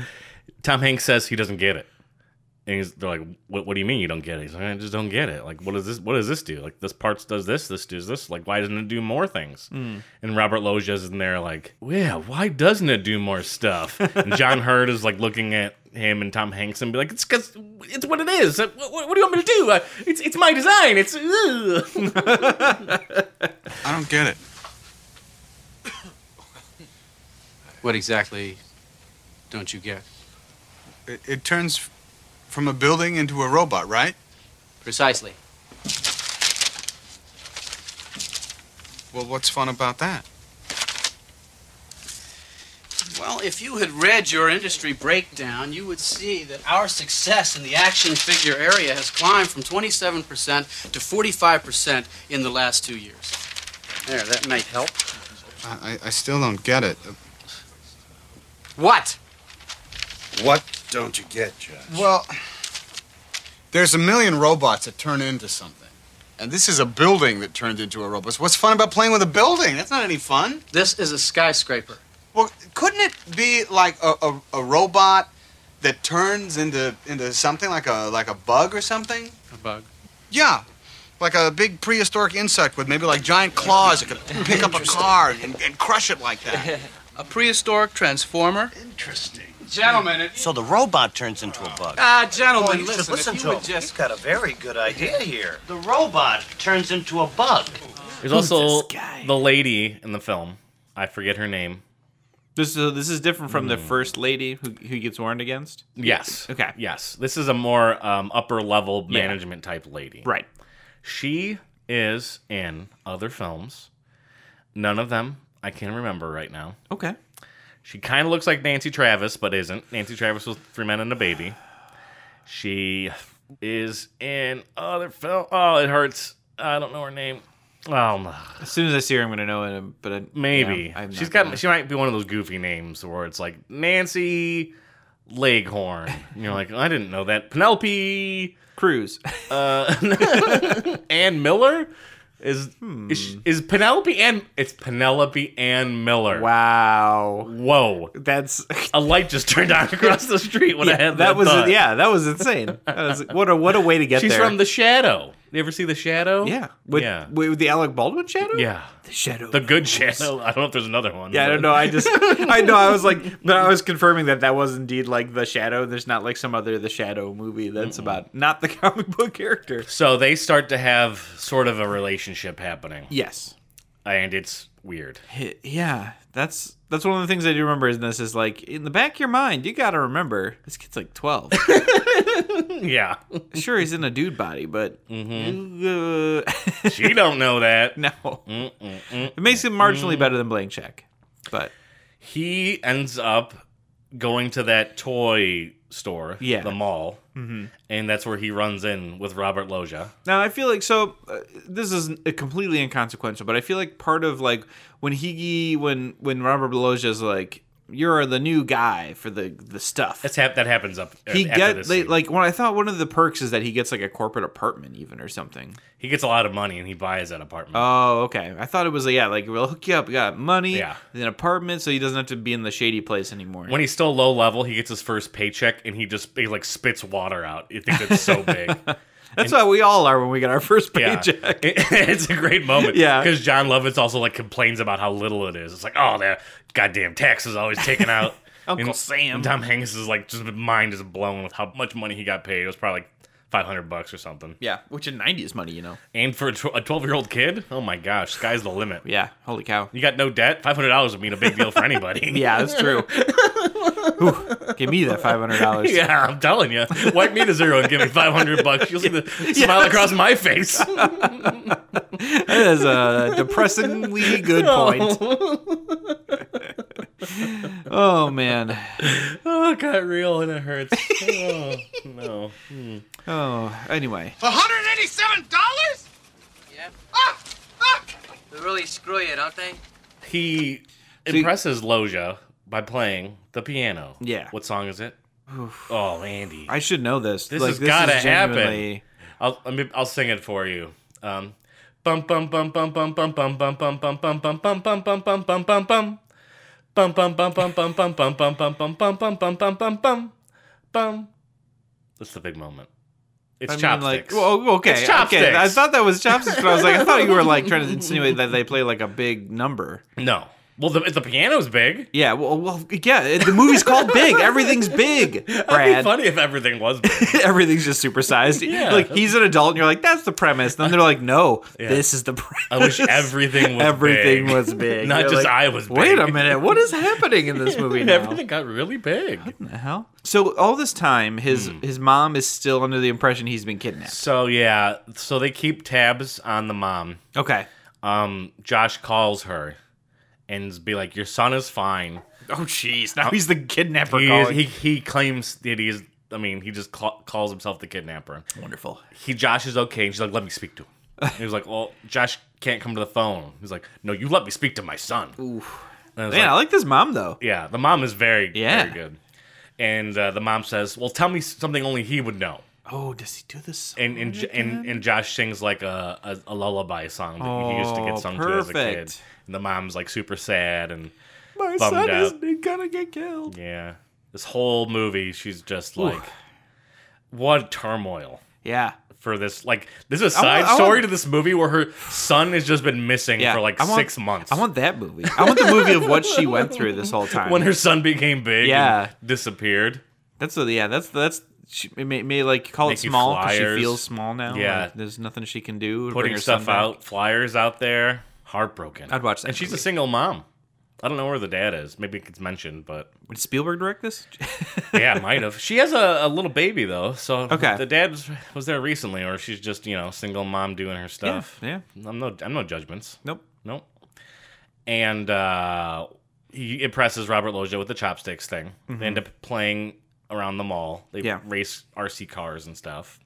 Speaker 2: Tom Hanks says he doesn't get it. And he's, they're like, what, what do you mean you don't get it? He's like, I just don't get it. Like, what does this? What does this do? Like, this part does this. This does this. Like, why doesn't it do more things? And Robert Loggia's in there, like, yeah, why doesn't it do more stuff? and John Hurd is like looking at him and Tom Hanks and be like, it's because it's what it is. What, what, what do you want me to do? Uh, it's it's my design. It's ugh."
Speaker 9: I don't get it.
Speaker 11: What exactly don't you get?
Speaker 9: It, it turns
Speaker 6: from a building into a robot, right?
Speaker 8: Precisely.
Speaker 6: Well, what's fun about that?
Speaker 8: Well, if you had read your industry breakdown, you would see that our success in the action figure area has climbed from 27% to 45% in the last two years. There, that might help.
Speaker 6: I, I, I still don't get it.
Speaker 8: What?
Speaker 6: What?
Speaker 12: Don't you get, Josh?
Speaker 6: Well, there's a million robots that turn into something. And this is a building that turned into a robot. What's fun about playing with a building? That's not any fun.
Speaker 8: This is a skyscraper.
Speaker 6: Well, couldn't it be like a, a, a robot that turns into into something like a like a bug or something?
Speaker 8: A bug.
Speaker 6: Yeah. Like a big prehistoric insect with maybe like giant claws that could pick up a car and, and crush it like that.
Speaker 8: A prehistoric transformer.
Speaker 12: Interesting.
Speaker 8: Gentlemen, it,
Speaker 10: So the robot turns into a bug.
Speaker 8: ah, gentlemen,
Speaker 10: you
Speaker 8: listen.
Speaker 10: should listen
Speaker 8: if you
Speaker 10: to him.
Speaker 8: would just
Speaker 10: He's got a very good idea here. The robot turns into a bug.
Speaker 2: There's also the lady in the film. I forget her name.
Speaker 3: This is this is different from
Speaker 2: Hmm.
Speaker 3: the first lady who who gets warned against.
Speaker 2: Yes.
Speaker 3: Okay.
Speaker 2: Yes. This is a more um, upper level
Speaker 3: Yeah.
Speaker 2: management type lady.
Speaker 3: Right.
Speaker 2: She is in other films. None of them I can remember right now.
Speaker 3: Okay.
Speaker 2: She kind of looks like Nancy Travis, but isn't. Nancy Travis was Three Men and a Baby. She is in other film. Oh, it hurts. I don't know her name. Um,
Speaker 3: As soon as I see her, I'm gonna know it. um, But I,
Speaker 2: Maybe
Speaker 3: yeah, I'm
Speaker 2: she's
Speaker 3: not
Speaker 2: got.
Speaker 3: gonna-
Speaker 2: She might be one of those goofy names where it's like Nancy Leghorn. And you're like, I didn't know that. Penelope
Speaker 3: Cruz
Speaker 2: uh, Ann Miller is, is she- is Penelope and it's Penelope Ann Miller.
Speaker 3: Wow.
Speaker 2: Whoa.
Speaker 3: That's
Speaker 2: a light just turned on across the street when I
Speaker 3: Yeah,
Speaker 2: had that.
Speaker 3: was
Speaker 2: thought.
Speaker 3: yeah, that was insane. That was, what a what a way to get
Speaker 2: She's
Speaker 3: there.
Speaker 2: from The Shadow. You ever see The Shadow?
Speaker 3: yeah. Oh, With,
Speaker 2: yeah.
Speaker 3: with the Alec Baldwin shadow.
Speaker 2: Yeah.
Speaker 3: The shadow.
Speaker 2: The good shadow. I don't know if there's another one.
Speaker 3: Yeah, I
Speaker 2: but-
Speaker 3: don't know. I just, I know. I was like, no, I was confirming that that was indeed like the Shadow. There's not like some other the Shadow movie that's about not the comic book character.
Speaker 2: So they start to have sort of a relationship happening.
Speaker 3: Yes.
Speaker 2: And it's weird.
Speaker 3: Hi- Yeah, that's that's one of the things I do remember in this is like in the back of your mind, you gotta remember this kid's like twelve.
Speaker 2: yeah,
Speaker 3: sure he's in a dude body, but Mm-hmm. uh,
Speaker 2: she don't know that.
Speaker 3: No, it makes him marginally better than Blank Check. But
Speaker 2: he ends up going to that toy store,
Speaker 3: Yeah.
Speaker 2: the mall,
Speaker 3: Mhm.
Speaker 2: and that's where he runs in with Robert Loggia.
Speaker 3: Now I feel like so. Uh, this is uh, completely inconsequential, but I feel like part of like when Higgy, when when Robert Belogia is like, "You're the new guy for the the stuff."
Speaker 2: That's hap- that happens up. uh,
Speaker 3: he
Speaker 2: after
Speaker 3: get
Speaker 2: this
Speaker 3: they,
Speaker 2: scene.
Speaker 3: like when I thought one of the perks is that he gets like a corporate apartment even or something.
Speaker 2: he gets a lot of money and he buys that apartment.
Speaker 3: Oh, okay. I thought it was like, yeah, like we'll hook you up. We got money,
Speaker 2: Yeah.
Speaker 3: an apartment, so he doesn't have to be in the shady place anymore.
Speaker 2: when he's still low level, he gets his first paycheck and he just he like spits water out. You think it's so big.
Speaker 3: That's why we all are when we get our first
Speaker 2: Yeah.
Speaker 3: paycheck.
Speaker 2: it's a great moment.
Speaker 3: Yeah.
Speaker 2: Because John Lovitz also like complains about how little it is. It's like, oh, that goddamn tax is always taken out.
Speaker 3: Uncle
Speaker 2: And-
Speaker 3: Sam.
Speaker 2: And Tom Hanks is like, just mind is blown with how much money he got paid. It was probably like 500 bucks or something.
Speaker 3: Yeah, which in '90s money, you know.
Speaker 2: And for a tw- a 12 year old kid, oh my gosh, sky's the limit.
Speaker 3: Yeah, holy cow.
Speaker 2: You got no debt? $500 would mean a big deal for anybody.
Speaker 3: Yeah, that's true. Ooh, give me that five hundred dollars.
Speaker 2: Yeah, I'm telling you. Wipe me to zero and give me 500 bucks. You'll see the smile
Speaker 3: Yes.
Speaker 2: across my face.
Speaker 3: That is a depressingly good point. Oh man.
Speaker 2: Oh, it got real and it hurts. Oh, no. Hmm.
Speaker 3: Oh, anyway.
Speaker 13: $187?
Speaker 14: Yeah.
Speaker 6: Ah!
Speaker 13: They really screw you, don't they?
Speaker 2: He impresses Loja by playing the piano.
Speaker 3: Yeah.
Speaker 2: What song is it? Oh, Andy.
Speaker 3: I should know this.
Speaker 2: This
Speaker 3: Like,
Speaker 2: has gotta
Speaker 3: genuinely-
Speaker 2: happen. I'll I mean, I'll sing it for you. Um, bum bum bum bum bum bum bum bum bum bum bum bum bum bum bum bum bum bum bum. Bum bum bum bum bum bum bum bum bum bum bum bum bum bum bum bum bum. That's the big moment. It's
Speaker 3: I mean, like,
Speaker 2: chopsticks.
Speaker 3: well, okay,
Speaker 2: It's
Speaker 3: okay. I
Speaker 2: chopsticks.
Speaker 3: thought that was chopsticks, but I was like, I thought you were like trying to insinuate that they play like a big number.
Speaker 2: No. Well, the, the piano's big.
Speaker 3: Yeah, well, well yeah, the movie's called Big. Everything's big.
Speaker 2: That'd be
Speaker 3: Brad.
Speaker 2: funny if everything was big.
Speaker 3: Everything's just supersized.
Speaker 2: Yeah.
Speaker 3: Like he's an adult and you're like, that's the premise. Then they're like, no,
Speaker 2: Yeah.
Speaker 3: this is the premise.
Speaker 2: I wish everything was
Speaker 3: Everything
Speaker 2: big.
Speaker 3: was big.
Speaker 2: Not
Speaker 3: You're
Speaker 2: just
Speaker 3: like,
Speaker 2: I was big.
Speaker 3: Wait a minute, what is happening in this movie now?
Speaker 2: Everything got really big. What
Speaker 3: in the hell? So all this time his
Speaker 2: Hmm.
Speaker 3: his mom is still under the impression he's been kidnapped.
Speaker 2: So yeah, so they keep tabs on the mom.
Speaker 3: Okay.
Speaker 2: Um, Josh calls her and be like, "Your son is fine."
Speaker 3: Oh jeez, now he's the kidnapper
Speaker 2: He, is,
Speaker 3: calling.
Speaker 2: he he claims that he is. I mean, he just cla calls himself the kidnapper.
Speaker 3: Wonderful.
Speaker 2: He Josh is okay, and she's like, "Let me speak to him." And he was like, "Well, Josh can't come to the phone." He's like, "No, you let me speak to my son."
Speaker 3: Ooh.
Speaker 2: And was
Speaker 3: Man, I like this mom though.
Speaker 2: Yeah, the mom is very,
Speaker 3: Yeah.
Speaker 2: very good. And uh, the mom says, "Well, tell me something only he would know."
Speaker 3: Oh, does he do this?
Speaker 2: And and J- and, and Josh sings like a, a, a lullaby song that he used to
Speaker 3: Oh,
Speaker 2: get sung to as a kid.
Speaker 3: perfect.
Speaker 2: And the mom's like super sad and
Speaker 3: My
Speaker 2: bummed
Speaker 3: son
Speaker 2: out.
Speaker 3: is gonna get killed.
Speaker 2: Yeah, this whole movie, she's just
Speaker 3: Oof.
Speaker 2: like, what turmoil.
Speaker 3: Yeah.
Speaker 2: For this, like, this is a
Speaker 3: I
Speaker 2: side
Speaker 3: want- I
Speaker 2: story
Speaker 3: want-
Speaker 2: to this movie where her son has just been missing for like
Speaker 3: I want-
Speaker 2: six months.
Speaker 3: I want that movie. I want the movie of what she went through this whole time.
Speaker 2: when her son became big,
Speaker 3: Yeah.
Speaker 2: and disappeared.
Speaker 3: That's what, yeah. That's that's she it may, may like call
Speaker 2: Make
Speaker 3: it
Speaker 2: you
Speaker 3: small because she
Speaker 2: flyers.
Speaker 3: feels small now.
Speaker 2: Yeah.
Speaker 3: like, there's nothing she can do. To bring
Speaker 2: putting
Speaker 3: her
Speaker 2: stuff
Speaker 3: son back.
Speaker 2: out, flyers out there. Heartbroken.
Speaker 3: I'd watch that
Speaker 2: And she's a
Speaker 3: movie.
Speaker 2: single mom. I don't know where the dad is. Maybe it gets mentioned, but
Speaker 3: Would Spielberg direct this?
Speaker 2: yeah, might have. She has a, a little baby though, so
Speaker 3: Okay.
Speaker 2: The dad was, was there recently, or she's just you know single mom doing her stuff.
Speaker 3: yeah.
Speaker 2: I'm no I'm no judgments.
Speaker 3: Nope.
Speaker 2: Nope. And uh, he impresses Robert Loggia with the chopsticks thing.
Speaker 3: Mhm.
Speaker 2: They end up playing around the mall. They
Speaker 3: Yeah.
Speaker 2: race RC cars and stuff.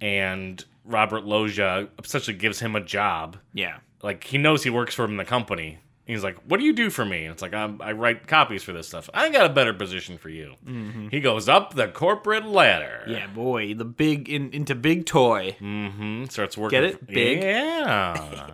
Speaker 2: And Robert Loggia essentially gives him a job.
Speaker 3: Yeah.
Speaker 2: Like he knows he works for him in the company. He's like, "What do you do for me?" And it's like, i "I write copies for this stuff. I got a better position for you."
Speaker 3: Mhm.
Speaker 2: He goes up the corporate ladder.
Speaker 3: Yeah, boy, the big in, into big toy.
Speaker 2: Mm-hmm. Starts working.
Speaker 3: Get it?
Speaker 2: f-
Speaker 3: Big?
Speaker 2: Yeah.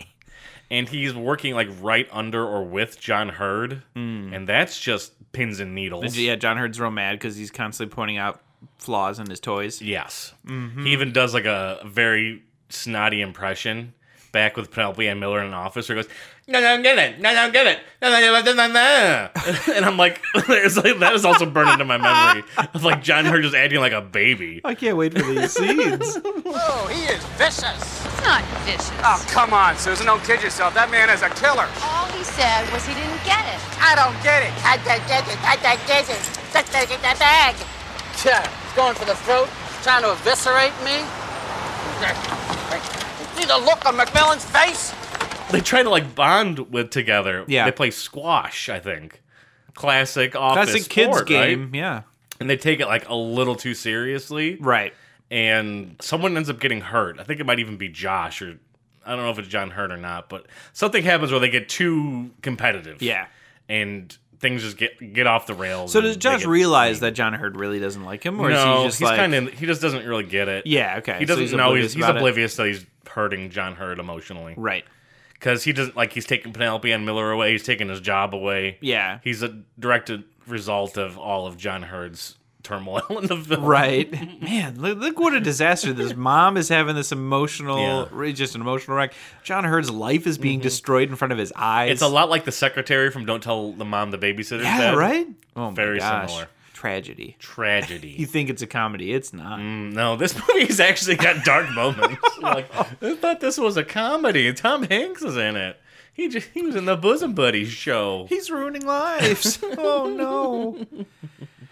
Speaker 2: and he's working like right under or with John Hurd,
Speaker 3: Mm.
Speaker 2: and that's just pins and needles.
Speaker 3: Yeah, John Hurd's real mad because he's constantly pointing out flaws in his toys.
Speaker 2: Yes.
Speaker 3: Mhm.
Speaker 2: He even does like a very snotty impression back with Penelope Ann Miller in an office where he goes, No, no, get it. No, no, get it. No, no, no, no, no, no. And I'm like, there's like, that is also burned into my memory of like John Hurd just acting like a baby.
Speaker 3: I can't wait for these scenes.
Speaker 8: Oh, he is vicious.
Speaker 10: It's not vicious.
Speaker 8: Oh, come on, Susan. Don't kid yourself. That man is a killer.
Speaker 10: All he said was he didn't get it.
Speaker 8: I don't get it. I don't get it. I don't get it. Let's take it that bag.
Speaker 15: Yeah, he's going for the throat, trying to eviscerate me.
Speaker 8: See the look on McMillan's face?
Speaker 2: They try to like bond with together.
Speaker 3: Yeah.
Speaker 2: They play squash, I think. Classic office.
Speaker 3: That's a kids
Speaker 2: sport, right?
Speaker 3: game. Yeah.
Speaker 2: and they take it like a little too seriously.
Speaker 3: Right.
Speaker 2: And someone ends up getting hurt. I think it might even be Josh or I don't know if it's John Hurt or not, but something happens where they get too competitive.
Speaker 3: Yeah.
Speaker 2: And things just get get off the rails.
Speaker 3: So does
Speaker 2: and they
Speaker 3: Josh
Speaker 2: get-
Speaker 3: realize that John Hurd really doesn't like him, or
Speaker 2: no,
Speaker 3: is he just
Speaker 2: he's
Speaker 3: like
Speaker 2: kind of he just doesn't really get it.
Speaker 3: Yeah, okay,
Speaker 2: He
Speaker 3: so
Speaker 2: doesn't
Speaker 3: he's
Speaker 2: know
Speaker 3: oblivious
Speaker 2: he's he's
Speaker 3: about it.
Speaker 2: oblivious that he's hurting John Hurt emotionally.
Speaker 3: right?
Speaker 2: Because he doesn't like he's taking Penelope and Miller away. He's taking his job away.
Speaker 3: Yeah.
Speaker 2: He's a direct result of all of John Hurd's turmoil in the film.
Speaker 3: Right, man. Look, look what a disaster this mom is having. This
Speaker 2: Yeah. Mm-hmm.
Speaker 3: emotional, really just an emotional wreck. John Hurd's life is being destroyed in front of his eyes.
Speaker 2: It's a lot like the secretary from Don't Tell the Mom the Babysitter's
Speaker 3: yeah,
Speaker 2: Dead.
Speaker 3: right. Oh my
Speaker 2: Very
Speaker 3: gosh.
Speaker 2: similar.
Speaker 3: tragedy.
Speaker 2: Tragedy.
Speaker 3: You think it's a comedy? It's not.
Speaker 2: no, this movie's actually got dark moments. like I thought this was a comedy. Tom Hanks is in it. He just, he was in the Bosom Buddies show.
Speaker 3: He's ruining lives. oh no.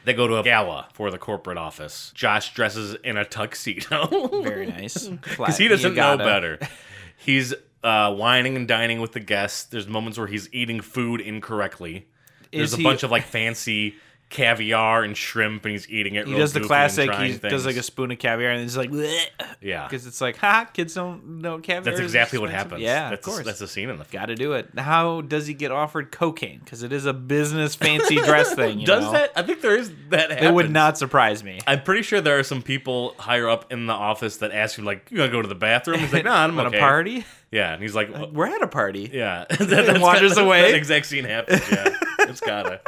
Speaker 2: They go to a gala for the corporate office. Josh dresses in a tuxedo.
Speaker 3: Very nice.
Speaker 2: Because he doesn't know better. He's uh, whining and dining with the guests. There's moments where he's eating food incorrectly. There's
Speaker 3: Is
Speaker 2: a
Speaker 3: he-
Speaker 2: bunch of like fancy caviar and shrimp, and he's eating it.
Speaker 3: He
Speaker 2: real
Speaker 3: does the
Speaker 2: goofy and
Speaker 3: classic.
Speaker 2: trying
Speaker 3: He does like a
Speaker 2: things.
Speaker 3: spoon of caviar, and he's like,
Speaker 2: Yeah.
Speaker 3: because it's like, ha, kids don't know caviar.
Speaker 2: That's
Speaker 3: is
Speaker 2: exactly what
Speaker 3: expensive."
Speaker 2: happens.
Speaker 3: Yeah,
Speaker 2: that's
Speaker 3: of course.
Speaker 2: A, that's a scene in the film.
Speaker 3: Got to do it. How does he get offered cocaine? Because it is a business fancy dress thing. you
Speaker 2: Does
Speaker 3: know?
Speaker 2: that? I think there is that.
Speaker 3: It would
Speaker 2: happens.
Speaker 3: not surprise me.
Speaker 2: I'm pretty sure there are some people higher up in the office that ask him like, "You gonna go to the bathroom?" He's like, "No, I'm
Speaker 3: On a
Speaker 2: okay."
Speaker 3: party?
Speaker 2: Yeah, and he's like, "Well,
Speaker 3: We're at a party.
Speaker 2: "Yeah."
Speaker 3: It wanders
Speaker 2: that-
Speaker 3: away.
Speaker 2: That exact scene happens. Yeah, it's gotta.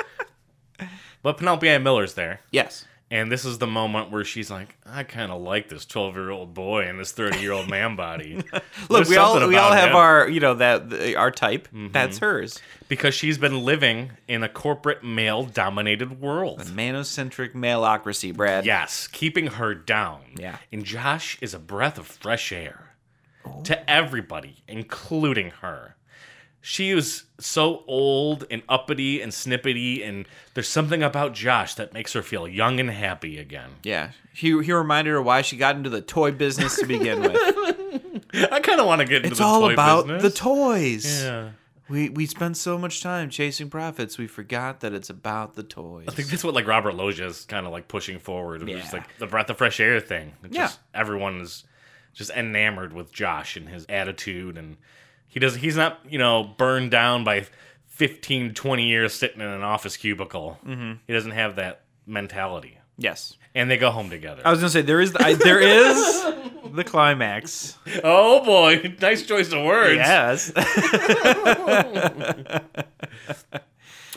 Speaker 2: But Penelope Ann Miller's there.
Speaker 3: Yes.
Speaker 2: And this is the moment where she's like, I kind of like this 12 year old boy and this 30 year old man body.
Speaker 3: Look,
Speaker 2: There's
Speaker 3: we all
Speaker 2: something
Speaker 3: we all
Speaker 2: about him.
Speaker 3: have
Speaker 2: Mm-hmm.
Speaker 3: our you know that the, our type. That's hers.
Speaker 2: Because she's been living in a corporate male dominated world. A
Speaker 3: manocentric maleocracy, Brad.
Speaker 2: Yes, keeping her down. Yeah. And Josh is a breath of fresh air to everybody, including her. She was so old and uppity and snippety, and there's something about Josh that makes her feel young and happy again.
Speaker 3: Yeah. He he reminded her why she got into the toy business to begin with.
Speaker 2: I kind of want to get into
Speaker 3: it's
Speaker 2: the
Speaker 3: all
Speaker 2: toy
Speaker 3: about
Speaker 2: business.
Speaker 3: the toys.
Speaker 2: Yeah.
Speaker 3: We we spend so much time chasing profits, we forgot that it's about the toys.
Speaker 2: I think that's what like Robert Loggia is kind of like pushing forward. Yeah. Just
Speaker 3: Yeah.
Speaker 2: like the breath of fresh air thing. It's
Speaker 3: Yeah.
Speaker 2: Just, everyone is just enamored with Josh and his attitude and he does he's not, you know, burned down by 15 20 years sitting in an office cubicle.
Speaker 3: Mhm.
Speaker 2: He doesn't have that mentality.
Speaker 3: Yes.
Speaker 2: And they go home together.
Speaker 3: I was gonna say there is the, I, there is the climax.
Speaker 2: Oh boy, nice choice of words.
Speaker 3: Yes.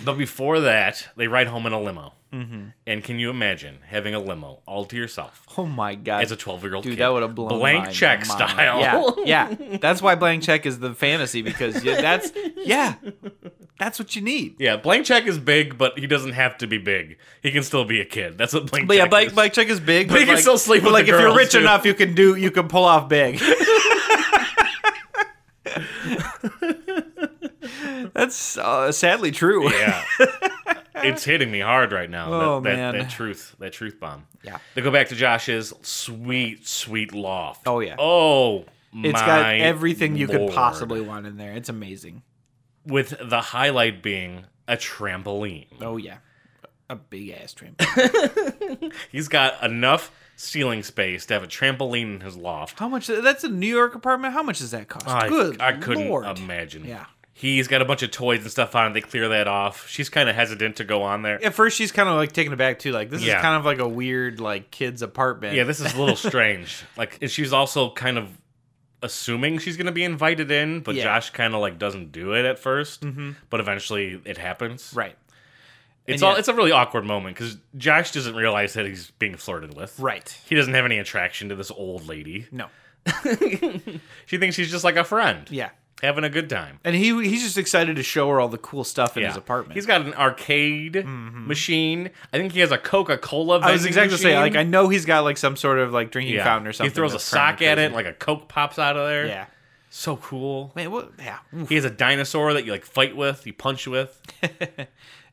Speaker 2: But before that, they ride home in a limo.
Speaker 3: Mhm.
Speaker 2: And can you imagine having a limo all to yourself?
Speaker 3: Oh my god!
Speaker 2: As a twelve-year-old
Speaker 3: Dude,
Speaker 2: kid.
Speaker 3: that would have blown
Speaker 2: blank
Speaker 3: my
Speaker 2: check
Speaker 3: mind.
Speaker 2: style.
Speaker 3: Yeah, yeah. That's why blank check is the fantasy because yeah, that's yeah, that's what you need.
Speaker 2: Yeah, blank check is big, but he doesn't have to be big. He can still be a kid. That's what blank
Speaker 3: But
Speaker 2: check
Speaker 3: yeah, blank
Speaker 2: is.
Speaker 3: blank check is big.
Speaker 2: But you can
Speaker 3: like-
Speaker 2: still sleep
Speaker 3: but
Speaker 2: with
Speaker 3: like
Speaker 2: the
Speaker 3: if you're
Speaker 2: girls,
Speaker 3: rich
Speaker 2: too.
Speaker 3: enough, you can do you can pull off big. that's uh, sadly true.
Speaker 2: Yeah. it's hitting me hard right now.
Speaker 3: Oh,
Speaker 2: that,
Speaker 3: man.
Speaker 2: That, that truth, that truth bomb.
Speaker 3: Yeah.
Speaker 2: They go back to Josh's sweet, sweet loft.
Speaker 3: Oh yeah.
Speaker 2: Oh,
Speaker 3: It's got
Speaker 2: my
Speaker 3: everything you could
Speaker 2: lord.
Speaker 3: possibly want in there. It's amazing.
Speaker 2: With the highlight being a trampoline.
Speaker 3: Oh yeah, a big ass trampoline.
Speaker 2: He's got enough ceiling space to have a trampoline in his loft.
Speaker 3: How much? That's a New York apartment. How much does that cost?
Speaker 2: I,
Speaker 3: Good.
Speaker 2: I couldn't
Speaker 3: Lord.
Speaker 2: imagine.
Speaker 3: Yeah.
Speaker 2: He's got a bunch of toys and stuff on it. They clear that off. She's kind of hesitant to go on there.
Speaker 3: At first, she's kind of like taken aback too. Like this
Speaker 2: Yeah.
Speaker 3: is kind of like a weird like kid's apartment.
Speaker 2: Yeah, this is a little strange. Like, and she's also kind of assuming she's going to be invited in, but
Speaker 3: Yeah.
Speaker 2: Josh kind of like doesn't do it at 1st
Speaker 3: Mhm.
Speaker 2: but eventually it happens.
Speaker 3: Right.
Speaker 2: It's
Speaker 3: And
Speaker 2: all.
Speaker 3: yeah.
Speaker 2: It's a really awkward moment because Josh doesn't realize that he's being flirted with.
Speaker 3: Right.
Speaker 2: He doesn't have any attraction to this old lady.
Speaker 3: No.
Speaker 2: she thinks she's just like a friend.
Speaker 3: Yeah.
Speaker 2: Having a good time.
Speaker 3: And he he's just excited to show her all the cool stuff in his apartment. Mm-hmm.
Speaker 2: He's got an arcade machine. I think he has a Coca Cola.
Speaker 3: I was exactly
Speaker 2: machine.
Speaker 3: saying like I know he's got like some sort of like drinking
Speaker 2: Yeah.
Speaker 3: fountain or something.
Speaker 2: He throws a
Speaker 3: that's kinda
Speaker 2: sock at it,
Speaker 3: crazy.
Speaker 2: like a Coke pops out of there.
Speaker 3: Yeah.
Speaker 2: So cool.
Speaker 3: Man, what? Yeah. Oof.
Speaker 2: He has a dinosaur that you like fight with, you punch with.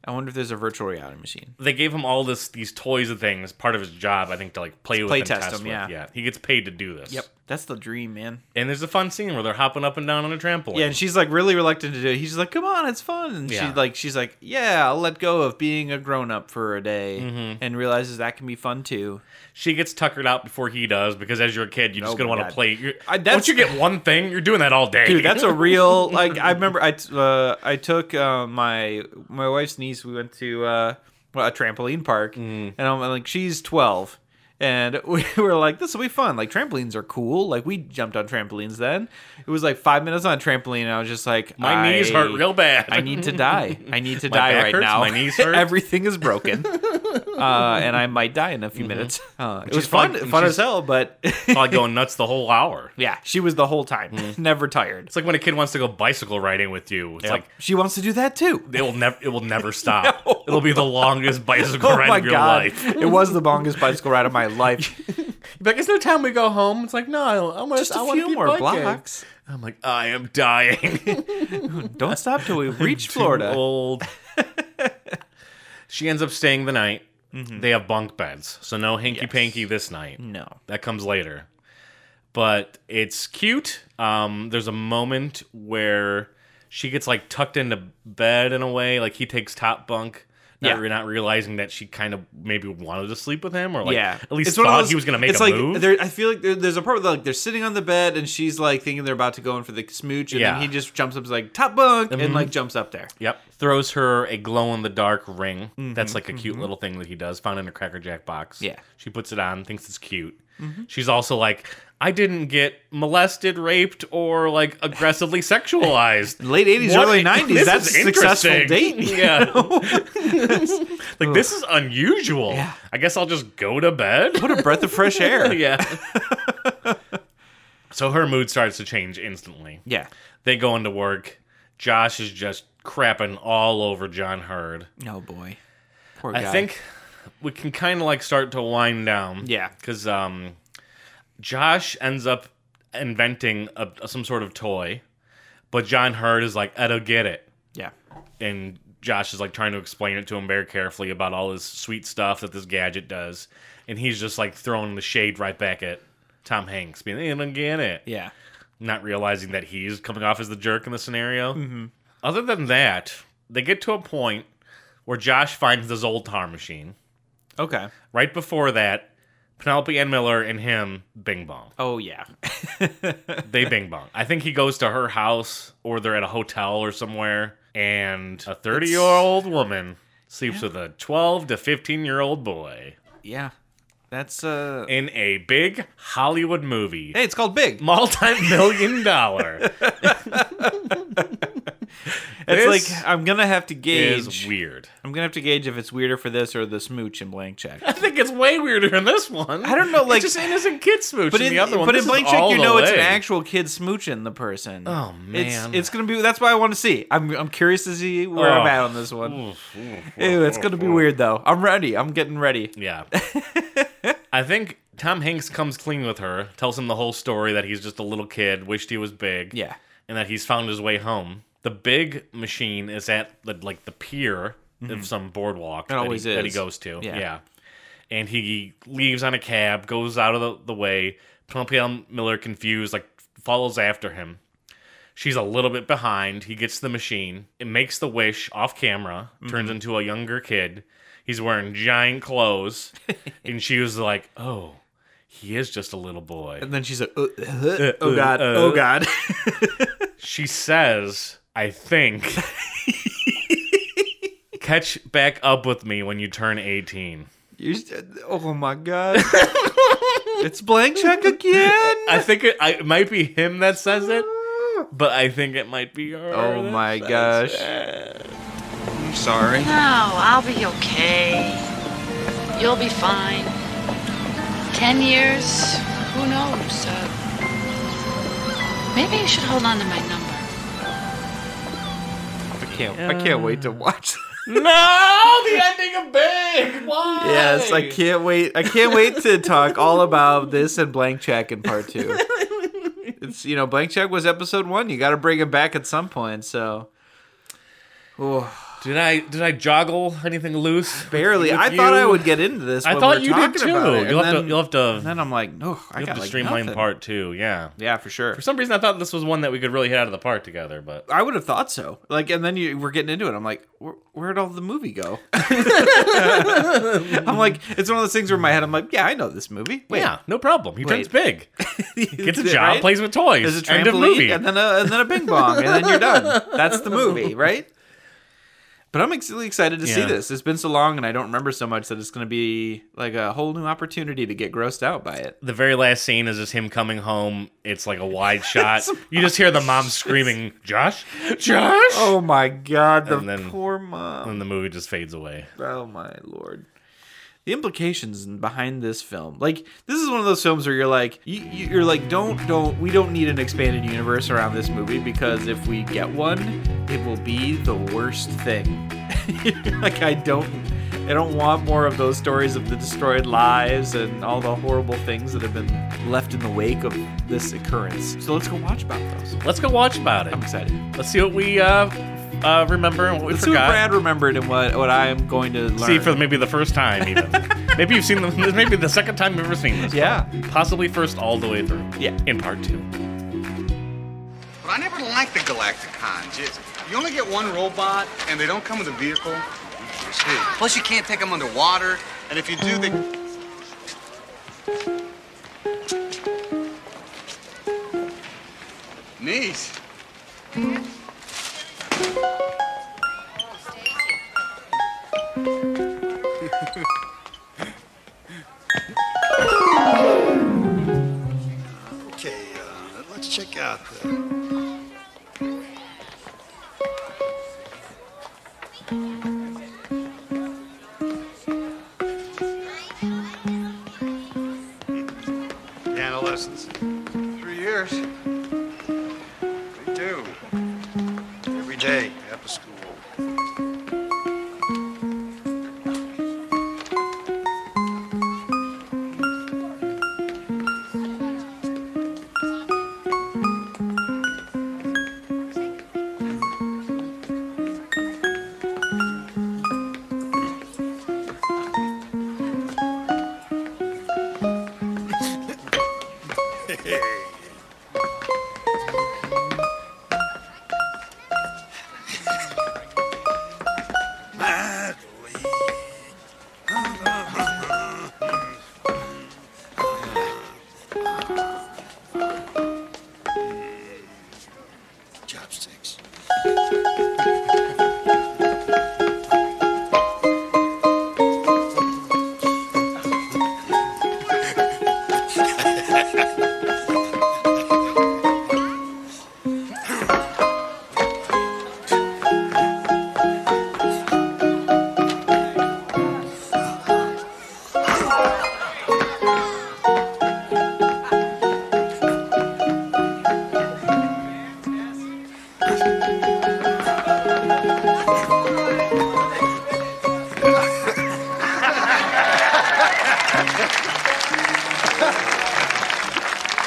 Speaker 3: I wonder if there's a virtual reality machine.
Speaker 2: They gave him all this these toys and things, part of his job, I think, to like play with
Speaker 3: play
Speaker 2: and
Speaker 3: test
Speaker 2: test,
Speaker 3: them,
Speaker 2: with.
Speaker 3: yeah.
Speaker 2: He gets paid to do this.
Speaker 3: Yep. That's the dream, man.
Speaker 2: And there's a fun scene where they're hopping up and down on a trampoline.
Speaker 3: Yeah, and she's like really reluctant to do it. He's like, "Come on, it's fun." And
Speaker 2: Yeah.
Speaker 3: she like she's like, "Yeah, I'll let go of being a grown up for a day,"
Speaker 2: Mm-hmm.
Speaker 3: and realizes that can be fun too.
Speaker 2: she gets tuckered out before he does because as you're a kid, you're
Speaker 3: Oh
Speaker 2: just gonna
Speaker 3: my
Speaker 2: want to
Speaker 3: God.
Speaker 2: play. You're,
Speaker 3: I-
Speaker 2: once
Speaker 3: that's-
Speaker 2: you get one thing, you're doing that all day.
Speaker 3: Dude, that's a real like. I remember I t- uh, I took uh, my my wife's niece. We went to uh, well, a trampoline park,
Speaker 2: Mm.
Speaker 3: and I'm like, she's twelve, and we were like, this will be fun. Like trampolines are cool. Like we jumped on trampolines then. It was like five minutes on a trampoline, and I was just like,
Speaker 2: My knees
Speaker 3: I-
Speaker 2: hurt real bad.
Speaker 3: I need to die. I need to
Speaker 2: My
Speaker 3: die
Speaker 2: back
Speaker 3: right
Speaker 2: hurts,
Speaker 3: now.
Speaker 2: my knees hurt.
Speaker 3: Everything is broken. Uh, and I might die in a
Speaker 2: Mm-hmm.
Speaker 3: few minutes. Uh, it
Speaker 2: She's
Speaker 3: was fun,
Speaker 2: probably-
Speaker 3: fun
Speaker 2: she's
Speaker 3: as hell, but
Speaker 2: probably going nuts the whole hour.
Speaker 3: yeah, she was the whole time,
Speaker 2: Mm.
Speaker 3: never tired.
Speaker 2: It's like when a kid wants to go bicycle riding with you. It's
Speaker 3: Yep.
Speaker 2: like
Speaker 3: she wants to do that too.
Speaker 2: it will never it will never stop. It'll be the
Speaker 3: Oh
Speaker 2: longest bicycle ride of your life.
Speaker 3: it was the longest bicycle ride of my life.
Speaker 2: Like, is there time we go home? It's like, no, I want
Speaker 3: Just a few more blocks.
Speaker 2: I'm like, I am dying.
Speaker 3: Don't stop till we reach
Speaker 2: Too
Speaker 3: Florida.
Speaker 2: Old. she ends up staying the night.
Speaker 3: Mhm.
Speaker 2: They have bunk beds, so no hanky panky this night.
Speaker 3: No.
Speaker 2: that comes later. But it's cute. Um, there's a moment where she gets like tucked into bed in a way, like he takes top bunk. Not,
Speaker 3: Yeah.
Speaker 2: re- not realizing that she kind of maybe wanted to sleep with him, or like
Speaker 3: yeah,
Speaker 2: at least
Speaker 3: It's one of
Speaker 2: thought
Speaker 3: those-
Speaker 2: he was going to make
Speaker 3: it's
Speaker 2: a
Speaker 3: like,
Speaker 2: move.
Speaker 3: There, I feel like there, there's a part where like they're sitting on the bed and she's like thinking they're about to go in for the smooch, and
Speaker 2: Yeah.
Speaker 3: then he just jumps up, is like top bunk,
Speaker 2: Mhm.
Speaker 3: and like jumps up there.
Speaker 2: Yep. Throws her a glow in the dark ring. That's like a cute
Speaker 3: mhm.
Speaker 2: little thing that he does, found in a Cracker Jack box.
Speaker 3: Yeah.
Speaker 2: She puts it on, thinks it's cute.
Speaker 3: Mhm.
Speaker 2: She's also like, I didn't get molested, raped, or like aggressively sexualized.
Speaker 3: Late 80s,
Speaker 2: What-
Speaker 3: early 90s,
Speaker 2: this
Speaker 3: that's
Speaker 2: is
Speaker 3: a successful
Speaker 2: interesting.
Speaker 3: date, you
Speaker 2: Yeah. like, this is unusual. I guess I'll just go to bed.
Speaker 3: What a breath of fresh air.
Speaker 2: yeah. so her mood starts to change instantly.
Speaker 3: Yeah.
Speaker 2: They go into work. Josh is just crapping all over John Hurd.
Speaker 3: Oh boy. Poor
Speaker 2: I
Speaker 3: guy.
Speaker 2: think we can kind of like start to wind down.
Speaker 3: Yeah.
Speaker 2: Because um, Josh ends up inventing a, some sort of toy, but John Hurd is like, I don't get it.
Speaker 3: Yeah.
Speaker 2: And Josh is like trying to explain it to him very carefully about all this sweet stuff that this gadget does. And he's just like throwing the shade right back at Tom Hanks, being, I don't get it.
Speaker 3: Yeah.
Speaker 2: Not realizing that he's coming off as the jerk in the scenario.
Speaker 3: Mhm.
Speaker 2: Other than that, they get to a point where Josh finds the Zoltar machine.
Speaker 3: Okay.
Speaker 2: Right before that, Penelope Ann Miller and him bing bong.
Speaker 3: Oh yeah.
Speaker 2: they bing bong. I think he goes to her house or they're at a hotel or somewhere, and a 30 year old woman sleeps with a 12 to 15 year old boy.
Speaker 3: Yeah. That's uh
Speaker 2: in a big Hollywood movie.
Speaker 3: Hey, it's called Big.
Speaker 2: Multi-million dollar.
Speaker 3: It's
Speaker 2: This
Speaker 3: like I'm gonna have to gauge.
Speaker 2: is weird.
Speaker 3: I'm gonna have to gauge if it's weirder for this or the smooch in blank check.
Speaker 2: I think it's way weirder in this one. I
Speaker 3: don't know, like-
Speaker 2: it's just innocent kid smooch.
Speaker 3: But
Speaker 2: in,
Speaker 3: in,
Speaker 2: the other one,
Speaker 3: but
Speaker 2: This
Speaker 3: in
Speaker 2: is
Speaker 3: blank check,
Speaker 2: all
Speaker 3: you
Speaker 2: the
Speaker 3: know it's an
Speaker 2: way.
Speaker 3: actual kid smooching the person.
Speaker 2: Oh,
Speaker 3: it's
Speaker 2: man.
Speaker 3: it's gonna be. That's why I want to see. I'm I'm curious to see where
Speaker 2: Oh.
Speaker 3: I'm at on this one.
Speaker 2: Oof, oof,
Speaker 3: Ew,
Speaker 2: oof,
Speaker 3: it's gonna
Speaker 2: oof,
Speaker 3: be
Speaker 2: oof.
Speaker 3: weird though. I'm ready. I'm getting ready.
Speaker 2: Yeah. I think Tom Hanks comes clean with her, tells him the whole story that he's just a little kid, wished he was big.
Speaker 3: Yeah.
Speaker 2: And that he's found his way home. The big machine is at the, like the pier
Speaker 3: Mhm.
Speaker 2: of some boardwalk
Speaker 3: It
Speaker 2: that,
Speaker 3: always
Speaker 2: he, that he
Speaker 3: is.
Speaker 2: goes to.
Speaker 3: Yeah.
Speaker 2: And he leaves on a cab, goes out of the, the way. Penelope Ann Miller, confused, like follows after him. She's a little bit behind. He gets the machine. It makes the wish off camera, turns
Speaker 3: Mhm.
Speaker 2: into a younger kid. He's wearing giant clothes. and she was like, oh, he is just a little boy.
Speaker 3: And then she's like, uh, uh,
Speaker 2: Uh,
Speaker 3: "Oh
Speaker 2: uh,
Speaker 3: god,
Speaker 2: uh.
Speaker 3: oh god."
Speaker 2: she says, I think, catch back up with me when you turn 18.
Speaker 3: You're st- oh my god. it's blank check again.
Speaker 2: I think it, I, it might be him that says it, but I think it might be her.
Speaker 3: Oh
Speaker 2: that
Speaker 3: my
Speaker 2: says
Speaker 3: gosh.
Speaker 2: it.
Speaker 3: I'm sorry.
Speaker 10: No, I'll be okay. You'll be fine. Ten years, who knows? Uh, maybe you should hold on to my number.
Speaker 3: I can't. I can't wait to watch.
Speaker 2: No, the ending of Big. Why?
Speaker 3: Yes, I can't wait. I can't wait to talk all about this and Blank Check in part two. It's you know Blank Check was episode one. You got to bring it back at some point. So, Ooh,
Speaker 2: Did I did I joggle anything loose?
Speaker 3: barely.
Speaker 2: with
Speaker 3: I thought I
Speaker 2: you?
Speaker 3: would get into this.
Speaker 2: I
Speaker 3: when
Speaker 2: thought
Speaker 3: we're
Speaker 2: you did
Speaker 3: talking
Speaker 2: too.
Speaker 3: about it,
Speaker 2: You'll have
Speaker 3: and then,
Speaker 2: to. You'll have to.
Speaker 3: and then I'm like, no, I
Speaker 2: you
Speaker 3: got
Speaker 2: have to
Speaker 3: like
Speaker 2: streamline
Speaker 3: nothing.
Speaker 2: part two. Yeah.
Speaker 3: Yeah, for sure.
Speaker 2: For some reason, I thought this was one that we could really hit out of the park together, but
Speaker 3: I would have thought so. Like, and then you we're getting into it. I'm like, where, where'd all the movie go? I'm like, it's one of those things where in my head, I'm like, yeah, I know this movie. Wait,
Speaker 2: yeah, no problem. He turns big, gets a
Speaker 3: Right?
Speaker 2: job, plays with toys.
Speaker 3: There's a
Speaker 2: End of movie.
Speaker 3: trampoline, and then a, and then a bing bong, and then you're done. That's the movie, right? But I'm ex- really excited to see
Speaker 2: Yeah.
Speaker 3: this. It's been so long, and I don't remember so much that it's going to be like a whole new opportunity to get grossed out by it.
Speaker 2: the very last scene is just him coming home. It's like a wide shot. you just hear the mom screaming, "Josh, Josh!"
Speaker 3: Oh my god, the
Speaker 2: And then-
Speaker 3: poor mom.
Speaker 2: And the movie just fades away.
Speaker 3: Oh my lord. The implications behind this film, like this is one of those films where you're like, you, you- you're like, don't, don't, we don't need an expanded universe around this movie because if we get one, it will be the worst thing. like I don't, I don't want more of those stories of the destroyed lives and all the horrible things that have been left in the wake of this occurrence. So let's go watch about those.
Speaker 2: Let's go watch about it.
Speaker 3: I'm excited.
Speaker 2: Let's see what we uh, uh, remember and what we
Speaker 3: Let's see what
Speaker 2: forgot.
Speaker 3: Brad remembered and what what I am going to learn.
Speaker 2: see for maybe the first time even. maybe you've seen them. This may be the second time you've ever seen this.
Speaker 3: Yeah.
Speaker 2: Possibly first all the way through.
Speaker 3: Yeah.
Speaker 2: In part two.
Speaker 6: But I never liked the Galacticons. You, you only get one robot, and they don't come with a vehicle. Plus, you can't take them underwater, and if you do, they. Niece.
Speaker 9: uh, The adolescence. Three years. They do. Every day after school.
Speaker 16: Chopsticks.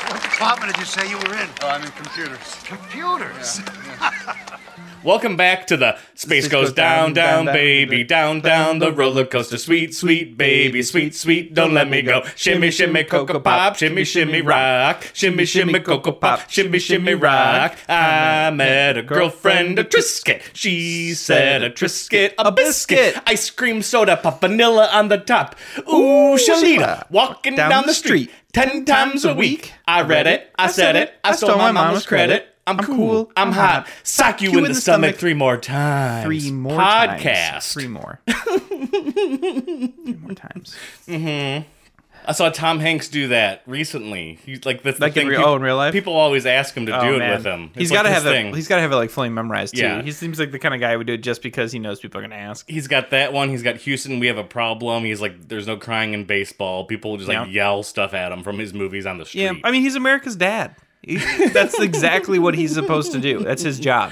Speaker 9: What department did you say you were in? Oh, I'm in computers. Computers?
Speaker 2: Welcome back to the space goes down, down, baby, down, down the roller coaster, sweet, sweet baby, sweet, sweet, don't let me go. Shimmy, shimmy, cocoa pop, shimmy, shimmy, rock, shimmy, shimmy, cocoa pop, shimmy, shimmy, rock. I met a girlfriend, a Trisket. She said a Trisket, a biscuit, ice cream soda, pop vanilla on the top. Ooh, Shalita, walking
Speaker 17: down
Speaker 2: down the
Speaker 17: the
Speaker 2: street ten times a week. I read it, I said it, I stole my mama's credit. I'm cool. I'm hot. Sock you in the stomach three more times.
Speaker 3: Three more times.
Speaker 2: podcast.
Speaker 3: Three more.
Speaker 2: hmm I saw Tom Hanks do that recently. He's like that's the
Speaker 3: Like in
Speaker 2: thing.
Speaker 3: real-
Speaker 2: peop-
Speaker 3: oh, in real life? Oh,
Speaker 2: people always ask him to do it with him.
Speaker 3: He's
Speaker 2: got to
Speaker 3: have
Speaker 2: thing.
Speaker 3: that. He's got to have it like fully memorized too.
Speaker 2: Yeah.
Speaker 3: He seems like the kind of guy who would do it just because he knows people are gonna ask.
Speaker 2: He's got that one. He's got Houston. We have a problem. He's like, there's no crying in baseball. People just like
Speaker 3: Yeah.
Speaker 2: yell stuff at him from his movies on the street.
Speaker 3: Yeah, I mean he's America's dad. He- that's exactly what he's supposed to do. That's his job.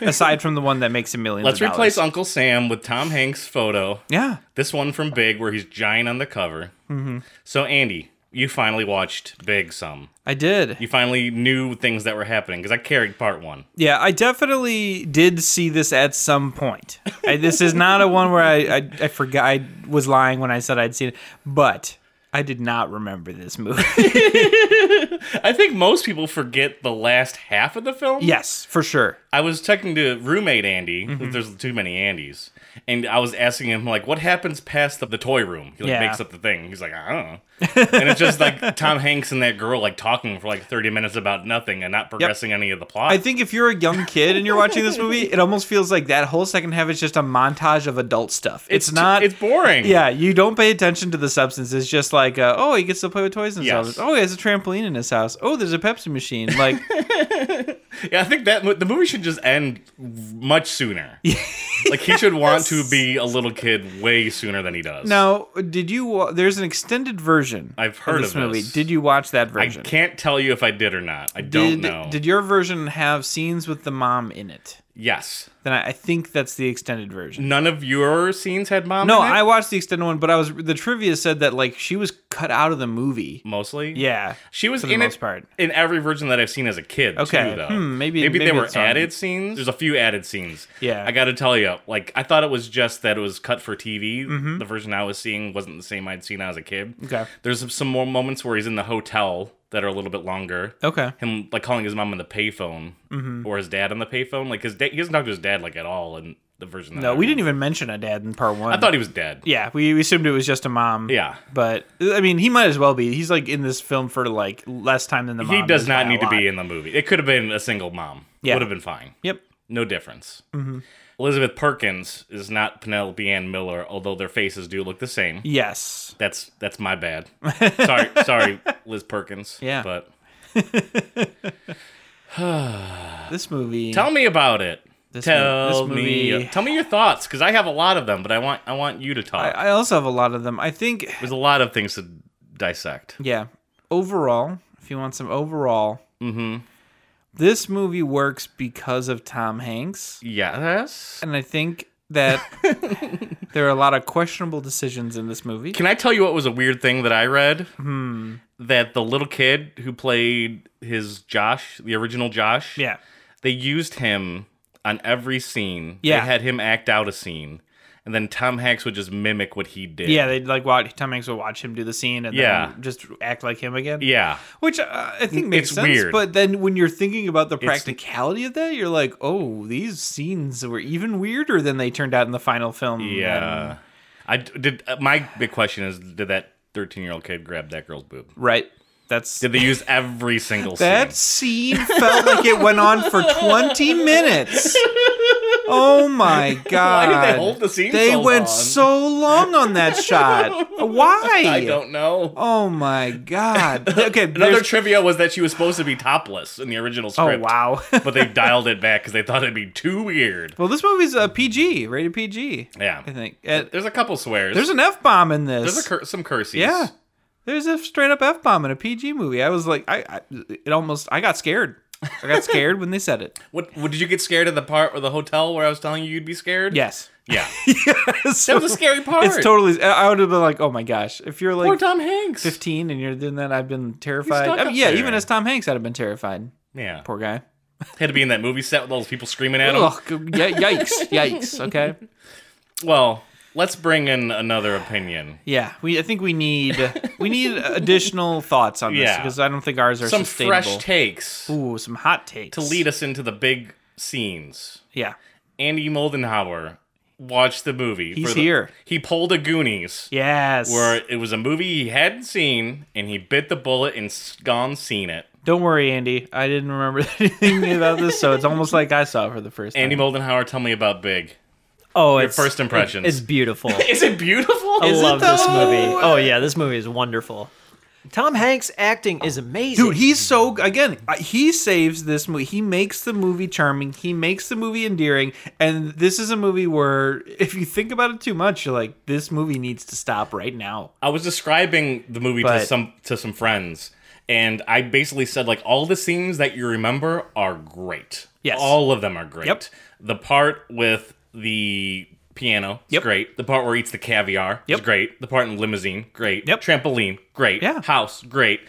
Speaker 3: Aside from the one that makes him millions.
Speaker 2: Let's
Speaker 3: of
Speaker 2: replace
Speaker 3: dollars.
Speaker 2: Uncle Sam with Tom Hanks' photo.
Speaker 3: Yeah.
Speaker 2: This one from Big, where he's giant on the cover.
Speaker 3: Mhm.
Speaker 2: So, Andy, you finally watched Big some.
Speaker 3: I did.
Speaker 2: You finally knew things that were happening because I carried part one.
Speaker 3: Yeah, I definitely did see this at some point. I, this is not a one where I, I I forgot I was lying when I said I'd seen it, but I did not remember this movie.
Speaker 2: I think most people forget the last half of the film.
Speaker 3: yes, for sure.
Speaker 2: I was talking to roommate Andy.
Speaker 3: Mm-hmm.
Speaker 2: There's too many Andys, and I was asking him like, "What happens past the, the toy room?" He like
Speaker 3: Yeah.
Speaker 2: makes up the thing. He's like, "I don't know," and it's just like Tom Hanks and that girl like talking for like 30 minutes about nothing and not progressing any of the plot.
Speaker 3: I think if you're a young kid and you're watching this movie, it almost feels like that whole second half is just a montage of adult stuff. It's,
Speaker 2: It's t-
Speaker 3: not.
Speaker 2: it's boring.
Speaker 3: Yeah, you don't pay attention to the substance. It's just like, uh, oh, he gets to play with toys in his
Speaker 2: Yes.
Speaker 3: house. Oh, he has a trampoline in his house. Oh, there's a Pepsi machine. Like,
Speaker 2: yeah, I think that mo- the movie should just end much sooner. like he should want to be a little kid way sooner than he does.
Speaker 3: now, did you? Wa- there's an extended version. I've
Speaker 2: heard
Speaker 3: this
Speaker 2: of
Speaker 3: movie.
Speaker 2: this.
Speaker 3: Did you watch that
Speaker 2: I
Speaker 3: version?
Speaker 2: can't tell you if I did or not. I don't
Speaker 3: did,
Speaker 2: know.
Speaker 3: Did your version have scenes with the mom in it?
Speaker 2: yes.
Speaker 3: Then I, I think that's the extended version.
Speaker 2: None of your scenes had mom.
Speaker 3: no,
Speaker 2: in it?
Speaker 3: I watched the extended one, but I was the trivia said that like she was cut out of the movie.
Speaker 2: mostly.
Speaker 3: Yeah,
Speaker 2: she was
Speaker 3: for the
Speaker 2: in
Speaker 3: most
Speaker 2: it
Speaker 3: part.
Speaker 2: in every version that I've seen as a kid.
Speaker 3: Okay,
Speaker 2: too, though.
Speaker 3: hmm, maybe-
Speaker 2: maybe
Speaker 3: maybe
Speaker 2: there were
Speaker 3: it's on-
Speaker 2: added scenes. There's a few added scenes.
Speaker 3: Yeah.
Speaker 2: I got to tell you, like I thought it was just that it was cut for TV.
Speaker 3: Mhm.
Speaker 2: The version I was seeing wasn't the same I'd seen as a kid.
Speaker 3: Okay.
Speaker 2: there's some more moments where he's in the hotel that are a little bit longer.
Speaker 3: Okay.
Speaker 2: him like calling his mom on the payphone
Speaker 3: Mhm.
Speaker 2: or his dad on the payphone. Like his dad, he doesn't talk to his dad like at all in the version. That
Speaker 3: No, we didn't even mention a dad in part one.
Speaker 2: I thought he was dead.
Speaker 3: Yeah, we we assumed it was just a mom.
Speaker 2: Yeah.
Speaker 3: but I mean, he might as well be. He's like in this film for like less time than the mom.
Speaker 2: he does
Speaker 3: is
Speaker 2: not
Speaker 3: by a
Speaker 2: need to
Speaker 3: lot.
Speaker 2: be in the movie. It could have been a single mom.
Speaker 3: Yeah.
Speaker 2: Would have been fine.
Speaker 3: Yep.
Speaker 2: No difference.
Speaker 3: Mhm.
Speaker 2: Elizabeth Perkins is not Penelope Ann Miller, although their faces do look the same.
Speaker 3: Yes.
Speaker 2: That's that's my bad. sorry, sorry, Liz Perkins.
Speaker 3: Yeah.
Speaker 2: But
Speaker 3: this movie.
Speaker 2: Tell me about it.
Speaker 3: This
Speaker 2: tell
Speaker 3: mo- this movie-
Speaker 2: me. uh, Tell me your thoughts, because I have a lot of them, but I want I want you to talk.
Speaker 3: I also have a lot of them. I think
Speaker 2: there's a lot of things to dissect.
Speaker 3: Yeah. Overall, if you want some overall,
Speaker 2: Mm-hmm.
Speaker 3: this movie works because of Tom Hanks.
Speaker 2: Yes.
Speaker 3: And I think that there are a lot of questionable decisions in this movie.
Speaker 2: Can I tell you what was a weird thing that I read?
Speaker 3: Hmm.
Speaker 2: That the little kid who played his Josh, the original Josh,
Speaker 3: yeah,
Speaker 2: they used him on every scene.
Speaker 3: Yeah.
Speaker 2: they had him act out a scene, and then Tom Hanks would just mimic what he did.
Speaker 3: Yeah, they'd like watch Tom Hanks would watch him do the scene and
Speaker 2: Yeah.
Speaker 3: then just act like him again.
Speaker 2: yeah.
Speaker 3: Which uh, I think makes
Speaker 2: It's
Speaker 3: sense.
Speaker 2: weird.
Speaker 3: But then when you're thinking about the
Speaker 2: It's-
Speaker 3: practicality of that, you're like, oh, these scenes were even weirder than they turned out in the final film.
Speaker 2: Yeah. I d- did. uh, My big question is: Did that thirteen-year-old kid grab that girl's boob?
Speaker 3: Right. That's.
Speaker 2: Did they use every single scene?
Speaker 3: That scene felt like it went on for 20 minutes. Oh my god.
Speaker 2: Why did they hold the scene
Speaker 3: They
Speaker 2: so
Speaker 3: went
Speaker 2: long?
Speaker 3: so long on that shot. Why?
Speaker 2: I don't know.
Speaker 3: Oh my god. Okay,
Speaker 2: Another
Speaker 3: there's-
Speaker 2: trivia was that she was supposed to be topless in the original
Speaker 3: Oh,
Speaker 2: script.
Speaker 3: wow.
Speaker 2: but they dialed it back because they thought it'd be too weird.
Speaker 3: Well, this movie's a PG, rated PG.
Speaker 2: Yeah, I
Speaker 3: think
Speaker 2: there's a couple swears.
Speaker 3: There's an F bomb in this.
Speaker 2: There's a cur- some curses.
Speaker 3: Yeah. There's a straight up F bomb in a PG movie. I was like I, I it almost I got scared. I got scared when they said it.
Speaker 2: What, what did you get scared of the part where the hotel where I was telling you you'd be scared?
Speaker 3: Yes.
Speaker 2: Yeah.
Speaker 3: that
Speaker 2: was a scary part.
Speaker 3: It's totally. I would have been like, oh my gosh, if you're like
Speaker 2: Poor Tom Hanks.
Speaker 3: fifteen and you're doing that, I've been terrified.
Speaker 2: stuck
Speaker 3: I mean,
Speaker 2: up
Speaker 3: yeah,
Speaker 2: there.
Speaker 3: even as Tom Hanks, I'd have been terrified.
Speaker 2: Yeah.
Speaker 3: Poor guy.
Speaker 2: Had to be in that movie set with all those people screaming at him.
Speaker 3: Ugh, y- yikes, yikes. Okay.
Speaker 2: Well, let's bring in another opinion.
Speaker 3: Yeah, we. I think we need we need additional thoughts on this
Speaker 2: Yeah.
Speaker 3: because I don't think ours are
Speaker 2: Some
Speaker 3: sustainable.
Speaker 2: fresh takes.
Speaker 3: Ooh, some hot takes
Speaker 2: to lead us into the big scenes.
Speaker 3: Yeah.
Speaker 2: Andy Moldenhauer watched the movie.
Speaker 3: He's
Speaker 2: the-
Speaker 3: here.
Speaker 2: He pulled a Goonies.
Speaker 3: Yes.
Speaker 2: Where it was a movie he hadn't seen, and he bit the bullet and s- gone seen it.
Speaker 3: Don't worry, Andy. I didn't remember anything about this, so it's almost like I saw it for the first time.
Speaker 2: Andy Moldenhauer, tell me about Big.
Speaker 10: Oh,
Speaker 2: Your
Speaker 10: it's,
Speaker 2: first
Speaker 10: it-
Speaker 2: impressions.
Speaker 10: It's beautiful.
Speaker 2: Is it beautiful?
Speaker 10: I love this movie. Oh yeah, this movie is wonderful. Tom Hanks acting is amazing.
Speaker 3: Dude, he's so again. uh, He saves this movie. He makes the movie charming. He makes the movie endearing. And this is a movie where, if you think about it too much, you're like, this movie needs to stop right now.
Speaker 2: I was describing the movie to
Speaker 3: But-
Speaker 2: some to some friends, and I basically said like all the scenes that you remember are great. Yes, all of them are great. Yep. The part with the piano is great. The part where he eats the caviar is great. The part in limousine, great. Yep. Trampoline, great. Yeah. House, great.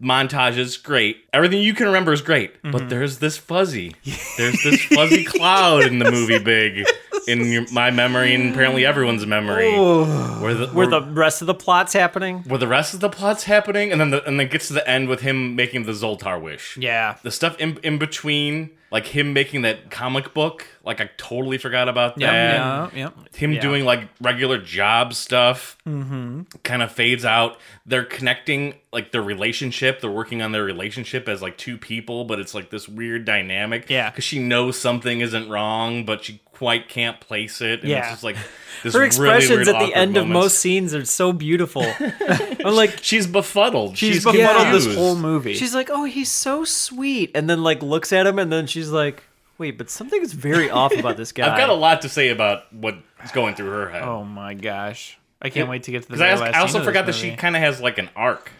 Speaker 2: Montages, great. Everything you can remember is great. But there's this fuzzy. There's this fuzzy cloud in the movie Big. In your, my memory, and apparently everyone's memory, where the,
Speaker 10: where the
Speaker 3: Um,
Speaker 10: rest of the plot's happening.
Speaker 2: where the rest of the plot's happening, and then the, and then gets to the end with him making the Zoltar wish.
Speaker 10: Yeah.
Speaker 2: The stuff in, in between, like him making that comic book, like I totally forgot about
Speaker 3: Yep,
Speaker 2: that.
Speaker 3: yeah, yep.
Speaker 2: Him
Speaker 3: Yeah.
Speaker 2: doing like regular job stuff
Speaker 3: Mm-hmm.
Speaker 2: kind of fades out. They're connecting like their relationship. They're working on their relationship as like two people, but it's like this weird dynamic. Yeah, because she knows something isn't wrong, but she quite can't place it. And it's
Speaker 10: Yeah.
Speaker 2: just like this
Speaker 10: Her
Speaker 2: really
Speaker 10: expressions
Speaker 2: weird,
Speaker 10: at the
Speaker 2: awkward
Speaker 10: end of
Speaker 2: moments.
Speaker 10: most scenes are so beautiful. I'm like
Speaker 2: she's befuddled.
Speaker 3: She's befuddled this whole movie.
Speaker 10: She's like, "Oh, he's so sweet," and then like looks at him, and then she's like, "Wait, but something is very off about this guy."
Speaker 2: I've got a lot to say about what's going through her head.
Speaker 3: Oh my gosh, I can't wait to get to the.
Speaker 2: Because I,
Speaker 3: very
Speaker 2: als-
Speaker 3: last
Speaker 2: I
Speaker 3: scene
Speaker 2: also
Speaker 3: of
Speaker 2: forgot that
Speaker 3: this
Speaker 2: she
Speaker 3: movie.
Speaker 2: kind of has like an arc.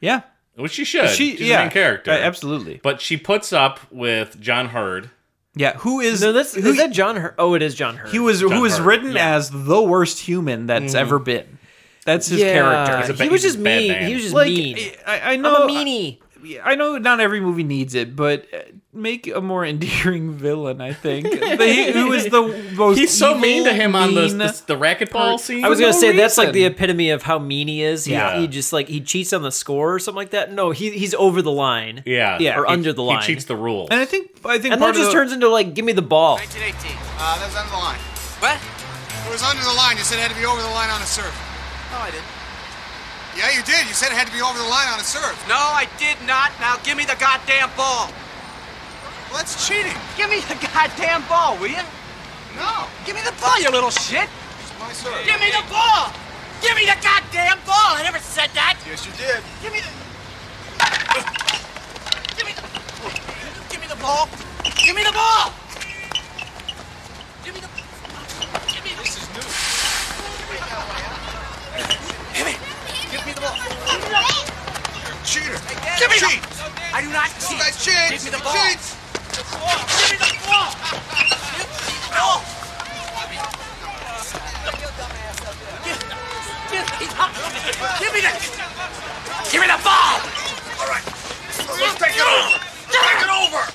Speaker 3: Yeah.
Speaker 2: Which she should.
Speaker 3: She-
Speaker 2: She's the
Speaker 3: yeah,
Speaker 2: main character.
Speaker 3: uh, absolutely.
Speaker 2: But she puts up with John Hurd.
Speaker 3: Yeah, who is
Speaker 10: no? That's is that John? Hur- oh, it is John Hurt.
Speaker 3: He was
Speaker 2: John
Speaker 3: who was
Speaker 2: Hurt,
Speaker 3: written as the worst human that's
Speaker 10: Mhm.
Speaker 3: ever been. That's his character.
Speaker 10: he was just mean. He was just
Speaker 3: Like,
Speaker 10: mean.
Speaker 3: I, I
Speaker 10: I'm
Speaker 3: know
Speaker 10: a meanie.
Speaker 3: Yeah, I know not every movie needs it, but uh, make a more endearing villain. I think The- he- who is the most.
Speaker 2: He's so mean to him on the,
Speaker 3: mean-
Speaker 2: the, the racquetball scene.
Speaker 10: I was
Speaker 3: For
Speaker 10: gonna
Speaker 3: no
Speaker 10: say that's like the
Speaker 3: reason.
Speaker 10: epitome of how mean he is. He,
Speaker 2: Yeah.
Speaker 10: he just like he cheats on the score or something like that. No, he he's over the line.
Speaker 2: Yeah.
Speaker 10: yeah, or
Speaker 2: He-
Speaker 10: under the
Speaker 2: he
Speaker 10: line.
Speaker 2: cheats the rules.
Speaker 10: And
Speaker 3: I think I
Speaker 10: and that just turns into like, give me the ball.
Speaker 6: 1918. Uh, that was under the line. What? It was under the line. You said it had to be over the line on a serve. No, I didn't. Yeah, you did. You said it had to be over the line on a serve. No, I did not. Now give me the goddamn ball. Well, that's cheating.
Speaker 8: Give me the goddamn ball, will you?
Speaker 6: No.
Speaker 8: Give me the ball, you little shit.
Speaker 6: It's my serve.
Speaker 8: Give me the ball. Give me the goddamn ball. I never said that.
Speaker 6: Yes, you did.
Speaker 8: Give me the. Give me the. Give me the
Speaker 9: Paul. Give me the ball. Give me the. Give me this is new. Give me. Give me the ball. You're a cheater. Give me cheat. I do not cheat. That cheats. Give me the ball. Cheats. Give me the ball. No. Give me the. Give me the ball. All right. Let's take it over. Take it over.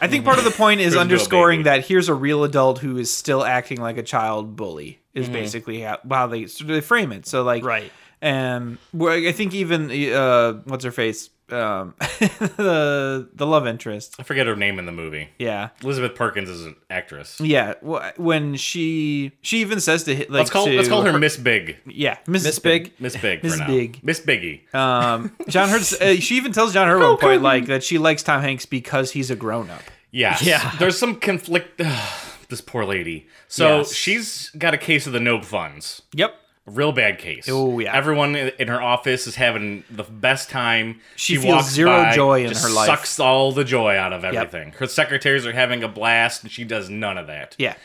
Speaker 10: I think part of the point is
Speaker 9: There's no
Speaker 10: underscoring that here's a real adult who is still acting like a child bully. Is
Speaker 2: Mm-hmm.
Speaker 3: Mhm.
Speaker 10: basically how, how they so they frame it. So like right. Um, well, I think even uh, what's her face, um, the the love interest.
Speaker 2: I forget her name in the movie.
Speaker 10: Yeah.
Speaker 2: Elizabeth Perkins is an actress.
Speaker 10: Yeah, wh- when she she even says to hi- like
Speaker 2: let's call
Speaker 10: to-
Speaker 2: let's call her Miss Big.
Speaker 10: Yeah, Mrs. Big.
Speaker 2: Miss Big.
Speaker 10: Miss
Speaker 2: for now.
Speaker 10: Big.
Speaker 2: Miss Biggie.
Speaker 10: Um, John Hurt. Uh, she even tells John Hurt at one point like that she likes Tom Hanks because he's a grown up.
Speaker 2: Yeah.
Speaker 10: Yeah.
Speaker 2: There's some conflict. this poor lady. So
Speaker 10: Yes.
Speaker 2: she's got a case of the Nope funds.
Speaker 10: Yep.
Speaker 2: Real bad case.
Speaker 10: Oh, yeah.
Speaker 2: Everyone in in her office is having the best time.
Speaker 10: She feels zero joy in
Speaker 2: just
Speaker 10: her life.
Speaker 2: Sucks all the joy out of everything. Her secretaries are having a blast, and she does none of that.
Speaker 10: Yeah.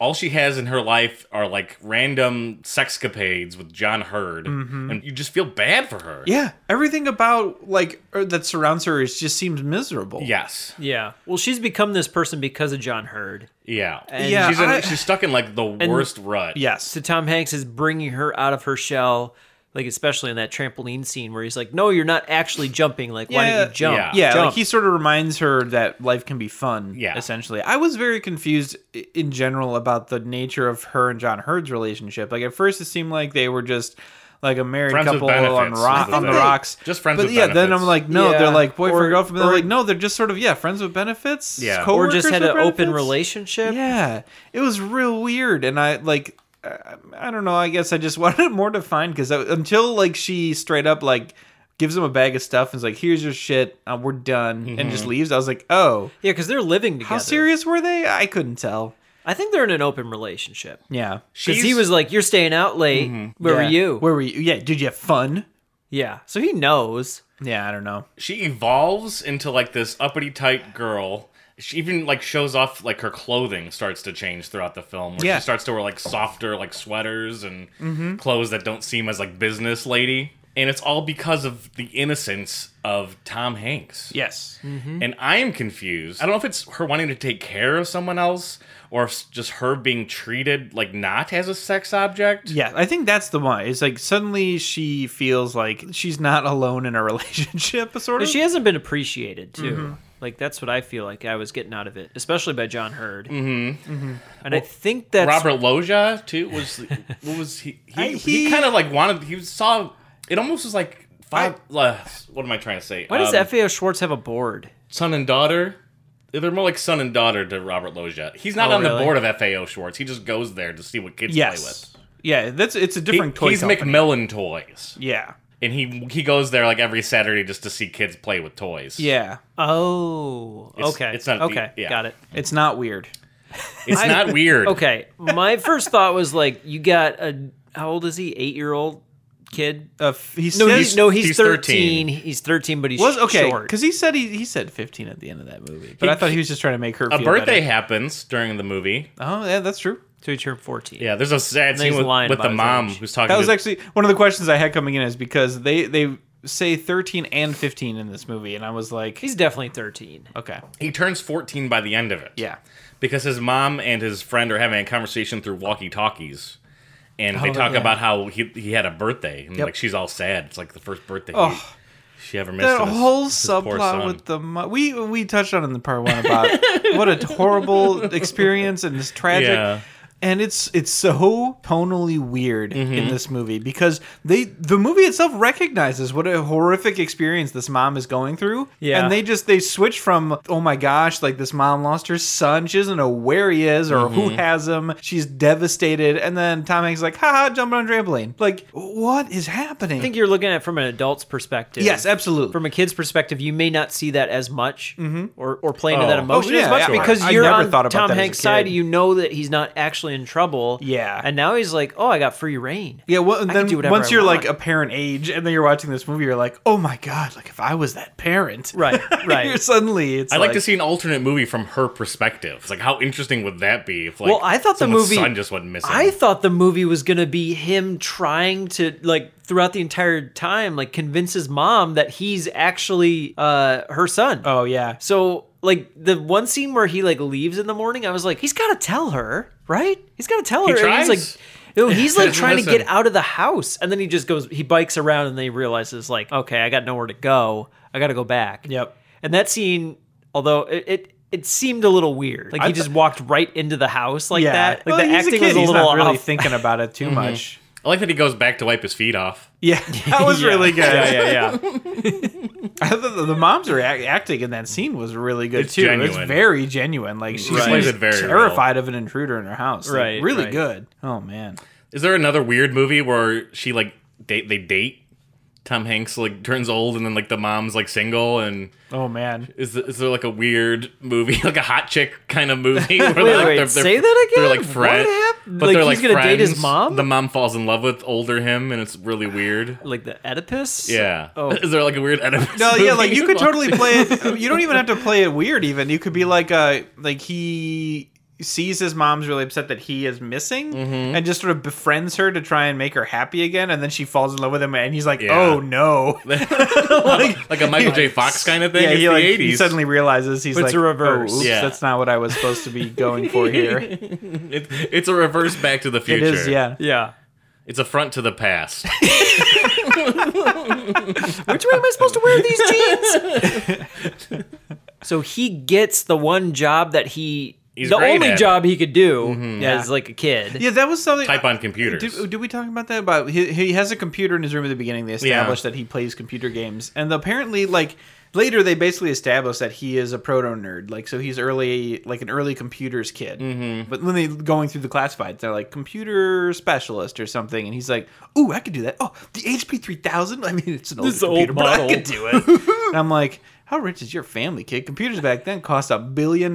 Speaker 2: All she has in her life are like random sexcapades with John Hurd,
Speaker 10: Mhm.
Speaker 2: and you just feel bad for her.
Speaker 10: Yeah, everything about like er, that surrounds her is just seems miserable.
Speaker 2: Yes.
Speaker 3: Yeah. Well, she's become this person because of John Hurd.
Speaker 2: Yeah.
Speaker 3: And-
Speaker 2: yeah. She's, in,
Speaker 3: I-
Speaker 2: she's stuck in like the
Speaker 3: And-
Speaker 2: worst rut.
Speaker 10: Yes.
Speaker 3: So Tom Hanks is bringing her out of her shell, like especially in that trampoline scene where he's like, "No, you're not actually jumping. Like, why don't you jump?
Speaker 10: Yeah, yeah
Speaker 3: jump.
Speaker 10: like he sort of reminds her that life can be fun.
Speaker 2: Yeah.
Speaker 10: essentially. I was very confused i- in general about the nature of her and John Hurd's relationship. Like at first, it seemed like they were just like a married
Speaker 2: Friends with
Speaker 10: couple on,
Speaker 2: benefits
Speaker 10: ro-
Speaker 2: is what
Speaker 10: on the
Speaker 2: they-
Speaker 10: rocks,
Speaker 2: just friends
Speaker 10: But
Speaker 2: with
Speaker 10: yeah, then
Speaker 2: benefits.
Speaker 10: I'm like, no,
Speaker 3: Yeah.
Speaker 10: they're like boyfriend
Speaker 3: Or-
Speaker 10: girlfriend. They're
Speaker 3: or-
Speaker 10: like, no, they're just sort of yeah, friends with benefits.
Speaker 3: Yeah. Or just
Speaker 10: coworkers
Speaker 3: had
Speaker 10: with
Speaker 3: an open
Speaker 10: benefits.
Speaker 3: relationship.
Speaker 10: Yeah, it was real weird, and I like. I- I don't know. I guess I just wanted it more defined because until like she straight up like gives him a bag of stuff and is like, "Here's your shit. Uh, we're done," and just
Speaker 2: Mm-hmm.
Speaker 3: Mhm.
Speaker 10: leaves. I was like, "Oh,
Speaker 3: yeah, because they're living together.
Speaker 10: how serious were they? I couldn't tell."
Speaker 3: I think they're in an open relationship.
Speaker 10: Yeah,
Speaker 3: Because he was like, "You're staying out late. Where were
Speaker 10: Mm-hmm. Yeah.
Speaker 3: you?
Speaker 10: Where were you? Yeah, did you have fun?
Speaker 3: Yeah." So he knows.
Speaker 10: Yeah, I don't know.
Speaker 2: she evolves into like this uppity tight girl. She even like shows off like her clothing starts to change throughout the film. Where
Speaker 10: Yeah.
Speaker 2: she starts to wear like softer like sweaters and
Speaker 10: Mhm.
Speaker 2: clothes that don't seem as like business lady. And it's all because of the innocence of Tom Hanks.
Speaker 10: Yes.
Speaker 2: And I am confused. I don't know if it's her wanting to take care of someone else or if it's just her being treated like not as a sex object.
Speaker 10: Yeah, I think that's the one. It's like suddenly she feels like she's not alone in a relationship, sort
Speaker 3: But
Speaker 10: of.
Speaker 3: she hasn't been appreciated too.
Speaker 10: Mhm.
Speaker 3: Like that's what I feel like I was getting out of it, especially by John Hurd.
Speaker 2: Mm-hmm.
Speaker 3: And I
Speaker 2: Well,
Speaker 3: think that's
Speaker 2: Robert Loggia too was what was he he,
Speaker 3: I-
Speaker 2: he,
Speaker 3: he-
Speaker 2: kind of like wanted he saw it almost was like five uh, what am I trying to say
Speaker 3: Why does
Speaker 2: Um,
Speaker 3: FAO Schwartz have a board?
Speaker 2: son and daughter they're more like son and daughter to Robert Loggia he's not
Speaker 3: Oh,
Speaker 2: on
Speaker 3: really?
Speaker 2: the board of FAO Schwartz he just goes there to see what kids
Speaker 10: yes. Yeah, that's it's
Speaker 2: play
Speaker 10: a
Speaker 2: with
Speaker 10: different
Speaker 2: He-
Speaker 10: toy
Speaker 2: he's
Speaker 10: company.
Speaker 2: McMillan toys
Speaker 10: yeah
Speaker 2: and he he goes there like every Saturday just to see kids play with toys
Speaker 10: Yeah.
Speaker 3: Oh,
Speaker 2: It's-
Speaker 3: okay.
Speaker 2: it's not the-
Speaker 3: okay.
Speaker 2: yeah.
Speaker 3: Got it.
Speaker 10: It's not weird.
Speaker 2: It's not weird.
Speaker 3: Okay. My first thought was like, you got a how old is he? Eight year old kid.
Speaker 10: Uh, he
Speaker 3: no,
Speaker 10: says-
Speaker 3: he's no, he's,
Speaker 10: He's
Speaker 3: 13.
Speaker 10: 13.
Speaker 3: He's thirteen, but he's
Speaker 10: was okay
Speaker 3: short.
Speaker 10: because he said he he said 15 at the end of that movie, but I thought he was just trying to make her
Speaker 2: a
Speaker 10: feel
Speaker 2: birthday
Speaker 10: better.
Speaker 2: happens during the movie
Speaker 10: Oh yeah, that's true.
Speaker 3: So he turned fourteen.
Speaker 2: yeah there's a sad
Speaker 3: And he's
Speaker 2: scene with,
Speaker 3: lying
Speaker 2: with
Speaker 3: about
Speaker 2: the
Speaker 3: his
Speaker 2: mom
Speaker 3: age.
Speaker 2: who's talking
Speaker 10: That was
Speaker 2: to-
Speaker 10: actually one of the questions I had coming in is because they they say 13 and 15 in this movie, and I was like,
Speaker 3: he's definitely 13.
Speaker 10: Okay.
Speaker 2: He turns 14 by the end of it.
Speaker 10: Yeah.
Speaker 2: Because his mom and his friend are having a conversation through walkie talkies. And they
Speaker 10: Oh,
Speaker 2: talk
Speaker 10: yeah.
Speaker 2: about how he, he had a birthday. And
Speaker 10: Yep.
Speaker 2: like she's all sad. It's like the first birthday he-
Speaker 10: Oh.
Speaker 2: she ever missed.
Speaker 10: That
Speaker 2: and his-
Speaker 10: whole
Speaker 2: his poor
Speaker 10: subplot
Speaker 2: son.
Speaker 10: with the mo- we we touched on it in the part one about what a horrible experience and this tragic.
Speaker 2: Yeah.
Speaker 10: And it's it's so tonally weird in this movie because they the movie itself recognizes what a horrific experience this mom is going through.
Speaker 3: Yeah.
Speaker 10: And they just they switch from oh my gosh, like this mom lost her son. She doesn't know where he is or who
Speaker 3: Mhm.
Speaker 10: has him. She's devastated. And then Tom Hanks is like, haha, jumping on a trampoline. Like, what is happening?
Speaker 3: I think you're looking at it from an adult's perspective.
Speaker 10: Yes, absolutely.
Speaker 3: From a kid's perspective, you may not see that as much
Speaker 10: Mhm.
Speaker 3: or, or play into
Speaker 10: Oh.
Speaker 3: that emotion
Speaker 10: Oh, yeah,
Speaker 3: as much
Speaker 10: sure.
Speaker 3: because
Speaker 10: I
Speaker 3: you're
Speaker 10: never
Speaker 3: on
Speaker 10: thought about
Speaker 3: Tom
Speaker 10: that as a
Speaker 3: Hanks' side.
Speaker 10: kid.
Speaker 3: You know that he's not actually actually in trouble.
Speaker 10: Yeah.
Speaker 3: And now he's like, oh, I got free reign.
Speaker 10: Yeah,
Speaker 3: I
Speaker 10: well, and
Speaker 3: can
Speaker 10: then
Speaker 3: do whatever
Speaker 10: once
Speaker 3: I
Speaker 10: you're
Speaker 3: want.
Speaker 10: like a parent age, and then you're watching this movie, you're like, oh my god, like if I was that parent,
Speaker 3: right,
Speaker 2: right.
Speaker 10: you're suddenly, it's
Speaker 2: I'd like,
Speaker 10: like
Speaker 2: to see an alternate movie from her perspective. It's like, how interesting would that be? If like,
Speaker 3: well, I thought the
Speaker 2: someone's
Speaker 3: movie
Speaker 2: son just went missing.
Speaker 3: I thought the movie was gonna be him trying to like throughout the entire time, like convince his mom that he's actually uh her son.
Speaker 10: Oh yeah.
Speaker 3: So like the one scene where he like leaves in the morning, I was like, he's gotta tell her, right? He's gotta tell
Speaker 2: He
Speaker 3: her. And
Speaker 2: tries.
Speaker 3: he's like no, he's like
Speaker 2: Doesn't
Speaker 3: trying to
Speaker 2: listen.
Speaker 3: get out of the house, and then he just goes. He bikes around, and they realizes like, okay, I got nowhere to go. I got to go back.
Speaker 10: Yep.
Speaker 3: And that scene, although it it, it seemed a little weird, like
Speaker 10: I
Speaker 3: he
Speaker 10: th-
Speaker 3: just walked right into the house like
Speaker 10: Yeah.
Speaker 3: that. Like
Speaker 10: Well,
Speaker 3: the
Speaker 10: he's a
Speaker 3: acting
Speaker 10: kid.
Speaker 3: was a
Speaker 10: He's
Speaker 3: little
Speaker 10: not really
Speaker 3: off. Mm-hmm.
Speaker 10: thinking about it too
Speaker 2: Mhm.
Speaker 10: much.
Speaker 2: I like that he goes back to wipe his feet off.
Speaker 10: Yeah, that was
Speaker 2: Yeah.
Speaker 10: really good.
Speaker 2: Yeah, yeah,
Speaker 10: I thought the, the mom's react- acting in that scene was really good
Speaker 2: It's
Speaker 10: too.
Speaker 2: genuine.
Speaker 10: It's very genuine. Like she's
Speaker 2: Right. Plays it very
Speaker 10: terrified of an intruder in her house. Like,
Speaker 2: Right,
Speaker 10: really
Speaker 2: right.
Speaker 10: good. Oh man.
Speaker 2: Is there another weird movie where she like date they date? Tom Hanks like turns old and then like the mom's like single and
Speaker 10: Oh man.
Speaker 2: is th- is there like a weird movie like a hot chick kind of movie? Where
Speaker 3: Wait,
Speaker 2: like,
Speaker 3: wait, say that again?
Speaker 2: They're like
Speaker 3: What
Speaker 2: friends,
Speaker 3: happened?
Speaker 2: but
Speaker 3: Like,
Speaker 2: they're
Speaker 3: he's
Speaker 2: like
Speaker 3: gonna date his
Speaker 2: friends.
Speaker 3: mom?
Speaker 2: The mom falls in love with older him and it's really weird.
Speaker 3: Like the Oedipus?
Speaker 2: Yeah.
Speaker 3: Oh.
Speaker 2: Is there like a weird Oedipus?
Speaker 10: No, yeah,
Speaker 2: movie
Speaker 10: like you could
Speaker 2: about-
Speaker 10: totally play it. You don't even have to play it weird. Even you could be like, uh, like he sees his mom's really upset that he is missing,
Speaker 2: Mm-hmm.
Speaker 10: and just sort of befriends her to try and make her happy again, and then she falls in love with him, and he's like,
Speaker 2: Yeah.
Speaker 10: oh no,
Speaker 2: like, a Michael J. Fox kind of thing.
Speaker 10: Yeah,
Speaker 2: it's
Speaker 10: he,
Speaker 2: the
Speaker 10: like, he
Speaker 2: 80s.
Speaker 10: suddenly realizes he's
Speaker 3: It's
Speaker 10: like,
Speaker 3: a reverse.
Speaker 10: Oh, oops,
Speaker 2: Yeah.
Speaker 10: that's not what I was supposed to be going for here.
Speaker 2: it, it's a reverse Back to the Future.
Speaker 10: is, yeah.
Speaker 3: Yeah.
Speaker 2: It's a front to the past.
Speaker 3: Which way am I supposed to wear these jeans? so he gets the one job that he
Speaker 2: He's
Speaker 3: the
Speaker 2: great
Speaker 3: only
Speaker 2: at it. Mm-hmm.
Speaker 3: job he could do
Speaker 2: Yeah.
Speaker 3: as like a kid.
Speaker 10: Yeah, that was something.
Speaker 2: Type on computers.
Speaker 10: Did, did we talk about that? About he, he has a computer in his room at the beginning. They established that he plays computer games, and apparently, like later, they basically established that he is a proto nerd. Like, so he's early, like an early computers kid. Mm-hmm. But when they going through the classifieds, they're like computer specialist or something, and he's like, "Ooh, I could do that. Oh, the HP three thousand. I mean, it's an old
Speaker 3: This is an old
Speaker 10: computer, but I
Speaker 3: model."
Speaker 10: could do it." and I'm like, "How rich is your family, kid? Computers back then cost a billion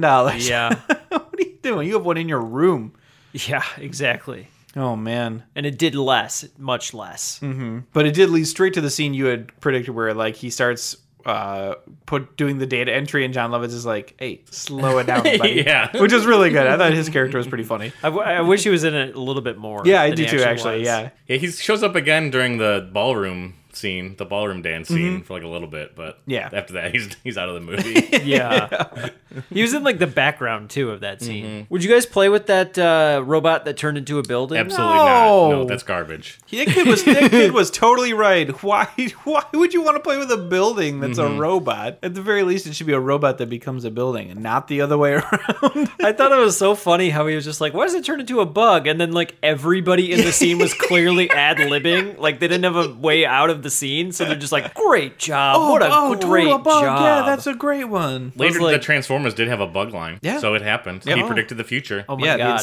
Speaker 10: dollars.
Speaker 3: Yeah.
Speaker 10: what are you doing? You have one in your room."
Speaker 3: Yeah, exactly.
Speaker 10: Oh man.
Speaker 3: And it did less, much less.
Speaker 10: hmm But it did lead straight to the scene you had predicted, where like he starts uh put doing the data entry, and John Lovitz is like, "Hey, slow it down, buddy."
Speaker 3: Yeah.
Speaker 10: which is really good. I thought his character was pretty funny.
Speaker 3: I, w- I wish he was in it a little bit more.
Speaker 10: Yeah, I
Speaker 3: than
Speaker 10: do
Speaker 3: he
Speaker 10: too. Actually,
Speaker 3: was.
Speaker 10: yeah.
Speaker 2: yeah, he shows up again during the ballroom scene, the ballroom dance scene for like a little bit, but
Speaker 3: Yeah.
Speaker 2: after that he's he's out of the movie.
Speaker 3: yeah. He was in like the background too of that scene.
Speaker 2: Mm-hmm.
Speaker 3: Would you guys play with that uh, robot that turned into a building?
Speaker 2: Absolutely not. No, that's garbage.
Speaker 10: That kid was that kid was totally right. Why why would you want to play with a building
Speaker 3: Mm-hmm.
Speaker 10: that's
Speaker 2: Mhm.
Speaker 10: a robot? At the very least, it should be a robot that becomes a building, and not the other way around.
Speaker 3: I thought it was so funny how he was just like, "Why does it turn into a bug?" And then like everybody in the scene was clearly ad libbing, like they didn't have a way out of the scene, so they're just like, "Great job! Oh,
Speaker 10: Oh,
Speaker 3: what a great job!"
Speaker 10: Yeah, that's a great one.
Speaker 2: Later, the Transformers did have a bug line,
Speaker 10: Yeah.
Speaker 2: so it happened.
Speaker 10: Yeah.
Speaker 2: He
Speaker 10: Oh.
Speaker 2: predicted the future.
Speaker 3: Oh my
Speaker 10: yeah,
Speaker 3: God.
Speaker 10: the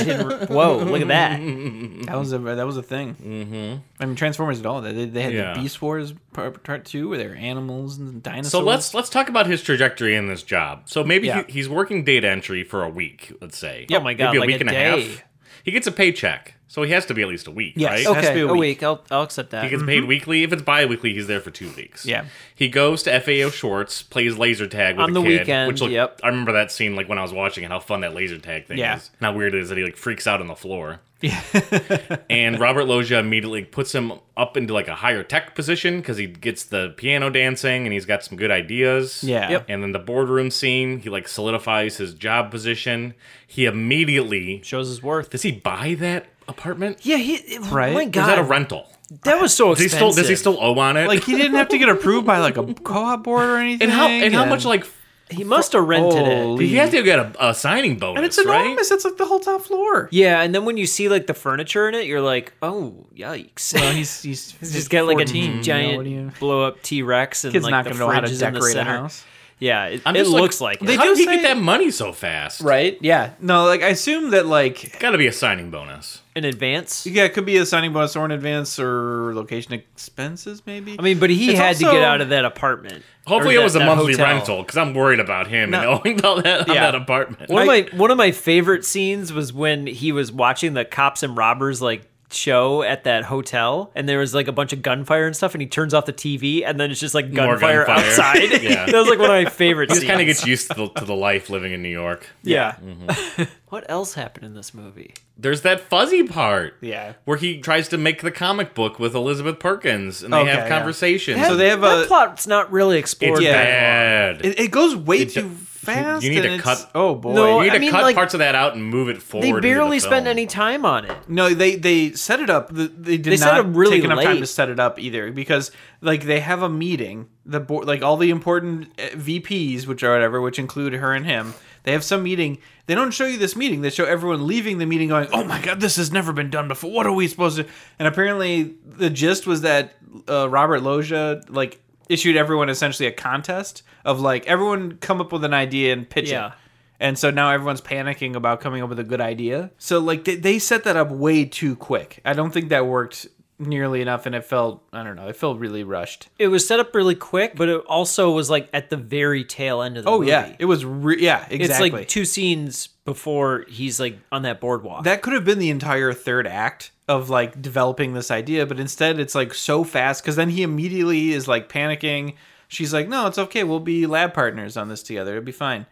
Speaker 3: I didn't re- Whoa, look at that.
Speaker 10: That was a that was a thing. Mm-hmm. I mean, Transformers did all that. They, they had
Speaker 2: Yeah.
Speaker 10: the Beast Wars part, part two, where there were animals and dinosaurs.
Speaker 2: So let's let's talk about his trajectory in this job. So maybe
Speaker 10: Yeah.
Speaker 2: he, he's working data entry for a week, let's say.
Speaker 3: Oh my God,
Speaker 2: maybe a
Speaker 3: like
Speaker 2: week
Speaker 3: a
Speaker 2: and a
Speaker 3: day.
Speaker 2: half. He gets a paycheck, so he has to be at least a week,
Speaker 3: Yes, Oh,
Speaker 2: right?
Speaker 3: okay, a week. I'll, I'll accept that.
Speaker 2: He gets paid weekly. If it's bi-weekly, he's there for two weeks.
Speaker 3: Uh, mm-hmm. Yeah.
Speaker 2: He goes to FAO Schwartz, plays laser tag with
Speaker 3: On
Speaker 2: a
Speaker 3: the
Speaker 2: kid,
Speaker 3: weekend,
Speaker 2: Which looked,
Speaker 3: yep.
Speaker 2: I remember that scene like when I was watching and how fun that laser tag thing
Speaker 3: Yeah.
Speaker 2: is. And how weird it is that he like freaks out on the floor. Yeah. and Robert Loggia immediately puts him up into like a higher tech position because he gets the piano dancing and he's got some good ideas.
Speaker 10: Yeah. Yep.
Speaker 2: And then the boardroom scene, he like solidifies his job position. He immediately
Speaker 3: shows his worth.
Speaker 2: Does he buy that apartment?
Speaker 3: Yeah, he. oh
Speaker 2: Right.
Speaker 3: My
Speaker 2: Or Is that a
Speaker 3: God,
Speaker 2: rental?
Speaker 3: that was so
Speaker 2: Does he
Speaker 3: expensive.
Speaker 2: still does he still owe on it?
Speaker 10: like he didn't have to get approved by like a co-op board or anything.
Speaker 2: and how and how much like
Speaker 3: He must have rented it.
Speaker 2: he has to get a, a signing bonus,
Speaker 10: And it's
Speaker 2: right?
Speaker 10: enormous. It's like the whole top floor.
Speaker 3: Yeah, and then when you see like the furniture in it, you're like, oh yikes!
Speaker 10: Well, he's he's,
Speaker 3: He's just got like
Speaker 10: 14, you
Speaker 3: a
Speaker 10: know, what
Speaker 3: giant
Speaker 10: do you-
Speaker 3: blow up T Rex and
Speaker 10: Kid's
Speaker 3: like
Speaker 10: not
Speaker 3: the
Speaker 10: gonna know how to
Speaker 3: fridges in the
Speaker 10: decorate a
Speaker 3: center.
Speaker 10: house.
Speaker 3: Yeah, it,
Speaker 2: I'm
Speaker 3: it
Speaker 2: just
Speaker 3: looks like, it.
Speaker 2: How did he get that money so fast?
Speaker 3: Right? Yeah.
Speaker 10: No, like I assume that like
Speaker 2: got to be a signing bonus.
Speaker 3: In advance?
Speaker 10: Yeah, it could be a signing bonus or an advance or location expenses maybe.
Speaker 3: I mean, but he
Speaker 10: It's
Speaker 3: had to
Speaker 10: also-
Speaker 3: get out of that apartment.
Speaker 2: Hopefully,
Speaker 3: Or
Speaker 2: it was a
Speaker 3: that- that
Speaker 2: monthly
Speaker 3: hotel.
Speaker 2: rental because I'm worried about him
Speaker 3: No.
Speaker 2: and owing all that, on
Speaker 3: Yeah.
Speaker 2: that apartment.
Speaker 3: One of my one of my favorite scenes was when he was watching the cops and robbers like show at that hotel and there was like a bunch of gunfire and stuff and he turns off the TV and then it's just like
Speaker 2: More
Speaker 3: gunfire,
Speaker 2: gunfire.
Speaker 3: outside.
Speaker 2: Yeah.
Speaker 3: that was like one of my favorite
Speaker 2: He
Speaker 3: scenes.
Speaker 2: just kind of gets used to the, to the life living in New York.
Speaker 3: Yeah.
Speaker 2: Mhm.
Speaker 3: what else happened in this movie?
Speaker 2: There's that fuzzy part.
Speaker 3: Yeah.
Speaker 2: Where he tries to make the comic book with Elizabeth Perkins and they
Speaker 3: Okay,
Speaker 2: have
Speaker 3: yeah.
Speaker 2: conversations.
Speaker 3: That- that plot's not really explored.
Speaker 2: It's
Speaker 3: that
Speaker 2: bad.
Speaker 10: It, it goes way too fast.
Speaker 2: you need
Speaker 10: and
Speaker 2: to
Speaker 10: it's-
Speaker 2: cut.
Speaker 10: Oh boy,
Speaker 3: No,
Speaker 2: you need
Speaker 3: I
Speaker 2: to
Speaker 3: mean,
Speaker 2: cut
Speaker 3: like,
Speaker 2: parts of that out and move it forward.
Speaker 3: They
Speaker 2: into the
Speaker 3: barely
Speaker 2: film.
Speaker 3: spend any time on it.
Speaker 10: No, they they set it up. Th- They did
Speaker 3: They set
Speaker 10: not
Speaker 3: it up really
Speaker 10: take enough time
Speaker 3: late.
Speaker 10: to set it up either because like they have a meeting. The board, like all the important uh, VPs, which are whatever, which include her and him. They have some meeting. They don't show you this meeting. They show everyone leaving the meeting, going, "Oh my god, this has never been done before. What are we supposed to?" And apparently, the gist was that uh, Robert Loggia like issued everyone essentially a contest of like everyone come up with an idea and pitch
Speaker 3: Yeah.
Speaker 10: it. And so now everyone's panicking about coming up with a good idea. So like they, they set that up way too quick. I don't think that worked nearly enough and it felt I don't know, it felt really rushed.
Speaker 3: It was set up really quick, but it also was like at the very tail end of the
Speaker 10: Oh
Speaker 3: movie.
Speaker 10: yeah, it was re- yeah, exactly.
Speaker 3: It's like two scenes before he's like on that boardwalk.
Speaker 10: that could have been the entire third act of like developing this idea, but instead it's like so fast cuz then he immediately is like panicking. She's like, "No, it's okay. We'll be lab partners on this together. It'll be fine."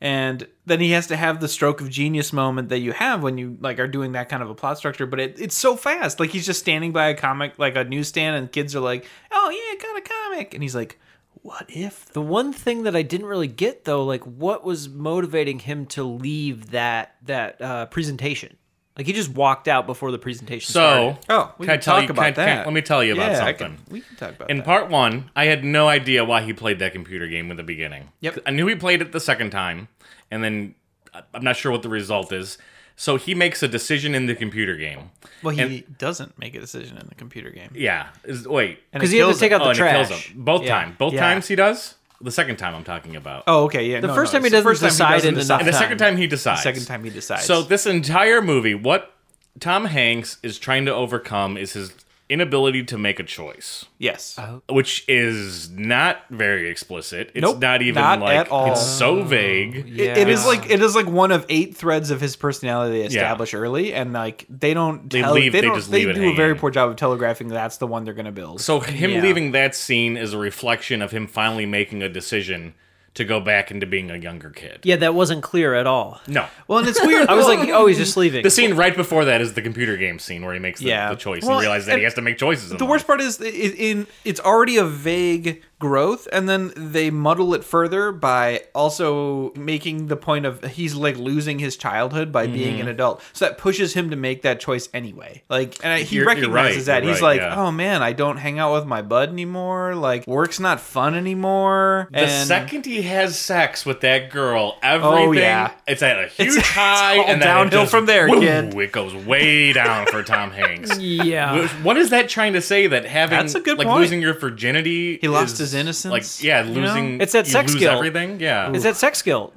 Speaker 10: And then he has to have the stroke of genius moment that you have when you like are doing that kind of a plot structure, but it, it's so fast. Like he's just standing by a comic like a newsstand and kids are like, "Oh yeah, I got a comic." And he's like, "What if
Speaker 3: The one thing that I didn't really get though, like what was motivating him to leave that that uh, presentation? Like he just walked out before the presentation
Speaker 2: So,
Speaker 3: started.
Speaker 2: Oh,
Speaker 10: Oh,
Speaker 2: can I tell you- can I- can I- let me tell you about
Speaker 10: Yeah, I
Speaker 2: something.
Speaker 10: can- we can talk about
Speaker 2: In
Speaker 10: that.
Speaker 2: part one, I had no idea why he played that computer game in the beginning.
Speaker 10: Yep.
Speaker 2: I knew he played it the second time, and then I- I'm not sure what the result is. So he makes a decision in the computer game.
Speaker 10: Well, he
Speaker 2: And-
Speaker 10: doesn't make a decision in the computer game.
Speaker 2: Yeah. Is- wait. Oh,
Speaker 10: And it 'Cause he had to kills take him. out the
Speaker 2: and it kills
Speaker 10: trash.
Speaker 2: him. Both
Speaker 10: Yeah.
Speaker 2: time. Both
Speaker 10: Yeah.
Speaker 2: times he does. The second time I'm talking about.
Speaker 10: Oh, okay, yeah.
Speaker 3: The first time he doesn't decide in enough
Speaker 2: And the second
Speaker 3: time.
Speaker 2: time he decides.
Speaker 10: The second time he decides.
Speaker 2: So this entire movie, what Tom Hanks is trying to overcome is his inability to make a choice.
Speaker 10: Yes.
Speaker 2: Which is not very explicit. It's
Speaker 10: Nope,
Speaker 2: not even
Speaker 10: not
Speaker 2: like
Speaker 10: at all.
Speaker 2: it's so vague.
Speaker 10: It- it is like it is like one of eight threads of his personality they establish early, and like they don't
Speaker 2: They
Speaker 10: tell,
Speaker 2: leave- they
Speaker 10: don't,
Speaker 2: just
Speaker 10: they
Speaker 2: leave it
Speaker 10: do a very poor job of telegraphing that's the one they're going to build.
Speaker 2: So him leaving that scene is a reflection of him finally making a decision to go back into being a younger kid.
Speaker 3: Yeah, that wasn't clear at all.
Speaker 2: No.
Speaker 10: Well, and it's weird.
Speaker 3: I was like, oh, he's just leaving.
Speaker 2: The scene right before that is the computer game scene where he makes the,
Speaker 10: Yeah.
Speaker 2: the choice
Speaker 10: Well,
Speaker 2: and realizes that
Speaker 10: and
Speaker 2: he has to make choices. in
Speaker 10: The worst part is i- i- in it's already a vague growth, and then they muddle it further by also making the point of he's like losing his childhood by being
Speaker 2: Mhm.
Speaker 10: an adult, so that pushes him to make that choice anyway. Like, and I,
Speaker 2: You're-
Speaker 10: he
Speaker 2: you're
Speaker 10: recognizes
Speaker 2: right,
Speaker 10: that
Speaker 2: you're
Speaker 10: he's
Speaker 2: right,
Speaker 10: like,
Speaker 2: yeah.
Speaker 10: oh man, I don't hang out with my bud anymore. Like, work's not fun anymore.
Speaker 2: The
Speaker 10: and
Speaker 2: second he has sex with that girl, everything
Speaker 10: Oh, yeah.
Speaker 2: it's at a huge
Speaker 10: it's
Speaker 2: high
Speaker 10: all
Speaker 2: and then it
Speaker 10: downhill
Speaker 2: just-
Speaker 10: from there,
Speaker 2: woo,
Speaker 10: kid.
Speaker 2: It goes way down for Tom Hanks.
Speaker 3: Yeah.
Speaker 2: Wh- What is that trying to say? That having
Speaker 10: That's a good
Speaker 2: like
Speaker 10: point.
Speaker 2: losing your virginity,
Speaker 10: He lost
Speaker 2: is,
Speaker 10: his innocence,
Speaker 2: Like yeah,
Speaker 10: you know?
Speaker 2: losing
Speaker 3: It's that
Speaker 2: you
Speaker 3: sex
Speaker 2: lose
Speaker 3: guilt.
Speaker 2: Everything yeah.
Speaker 3: It's that sex guilt.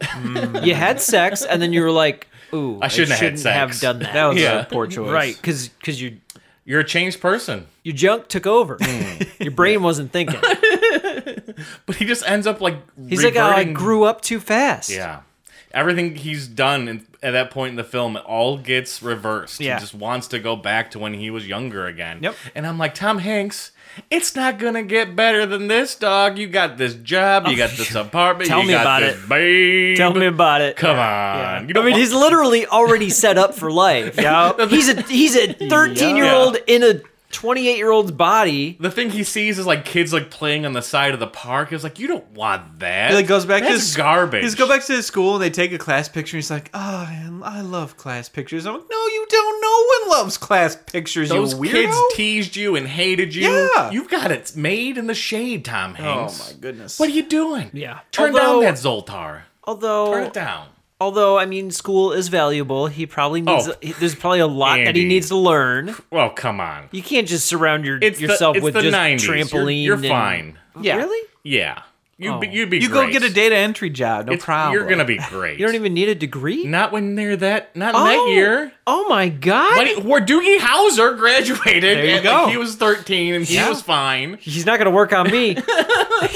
Speaker 3: you had sex and then you were like, ooh,
Speaker 2: Mm. I shouldn't, have had sex.
Speaker 3: done that.
Speaker 2: Yeah.
Speaker 3: Right, because you
Speaker 2: you're a changed person.
Speaker 3: Your junk took over. Your brain wasn't thinking.
Speaker 2: But he just ends up like
Speaker 3: He's like, oh, I
Speaker 2: reverting-
Speaker 3: grew up too fast.
Speaker 2: Yeah. Everything he's done in, at that point in the film it all gets reversed.
Speaker 3: Yeah.
Speaker 2: He just wants to go back to when he was younger again.
Speaker 10: Yep.
Speaker 2: And I'm like, Tom Hanks, it's not going to get better than this, dog. You got this job, you got this apartment,
Speaker 3: Oh, Tell
Speaker 2: you
Speaker 3: me
Speaker 2: got
Speaker 3: about
Speaker 2: this
Speaker 3: it.
Speaker 2: babe.
Speaker 3: Tell me about it.
Speaker 2: Come on. You don't
Speaker 3: I mean,
Speaker 2: want-
Speaker 3: he's literally already set up for life.
Speaker 2: Yeah.
Speaker 3: He's a he's a 13 year old in a 28 year old's body.
Speaker 2: The thing he sees is like kids like playing on the side of the park. It's like, you don't want that.
Speaker 10: He like goes back
Speaker 2: That's
Speaker 10: to his
Speaker 2: garbage.
Speaker 10: He goes back to his school and they take a class picture. and He's like, "Oh, man, I love class pictures." I'm like, "No, you don't. No one loves class pictures.
Speaker 2: Those
Speaker 10: you weirdo."
Speaker 2: kids teased you and hated you.
Speaker 10: Yeah. Oh,
Speaker 2: You've got it made in the shade, Tom Hanks.
Speaker 10: my goodness.
Speaker 2: What are you doing?
Speaker 3: Yeah.
Speaker 2: Turn
Speaker 3: Although-
Speaker 2: down that Zoltar.
Speaker 3: Although
Speaker 2: Turn it down.
Speaker 3: Although I mean, school is valuable. He probably needs.
Speaker 2: Oh.
Speaker 3: he- There's probably a lot that he
Speaker 2: Andy.
Speaker 3: needs to learn.
Speaker 2: Well, come on.
Speaker 3: You can't just surround your,
Speaker 2: It's the-
Speaker 3: yourself
Speaker 2: it's
Speaker 3: with
Speaker 2: the
Speaker 3: just
Speaker 2: 90s. You're-
Speaker 3: trampoline. Oh.
Speaker 2: you're
Speaker 3: and-
Speaker 2: fine.
Speaker 3: Yeah. Really?
Speaker 2: Yeah. You'd be- you'd be
Speaker 10: You
Speaker 2: great.
Speaker 10: go get a data entry job. No
Speaker 2: It's-
Speaker 10: problem.
Speaker 2: You're gonna be great.
Speaker 3: You don't even need a degree.
Speaker 2: Not when they're that. Not in that year.
Speaker 3: Oh my god!
Speaker 2: But where Doogie Howser graduated,
Speaker 3: There you
Speaker 2: and, like,
Speaker 3: go.
Speaker 2: he was 13 and he
Speaker 3: Yeah.
Speaker 2: was fine.
Speaker 3: He's not gonna work on me.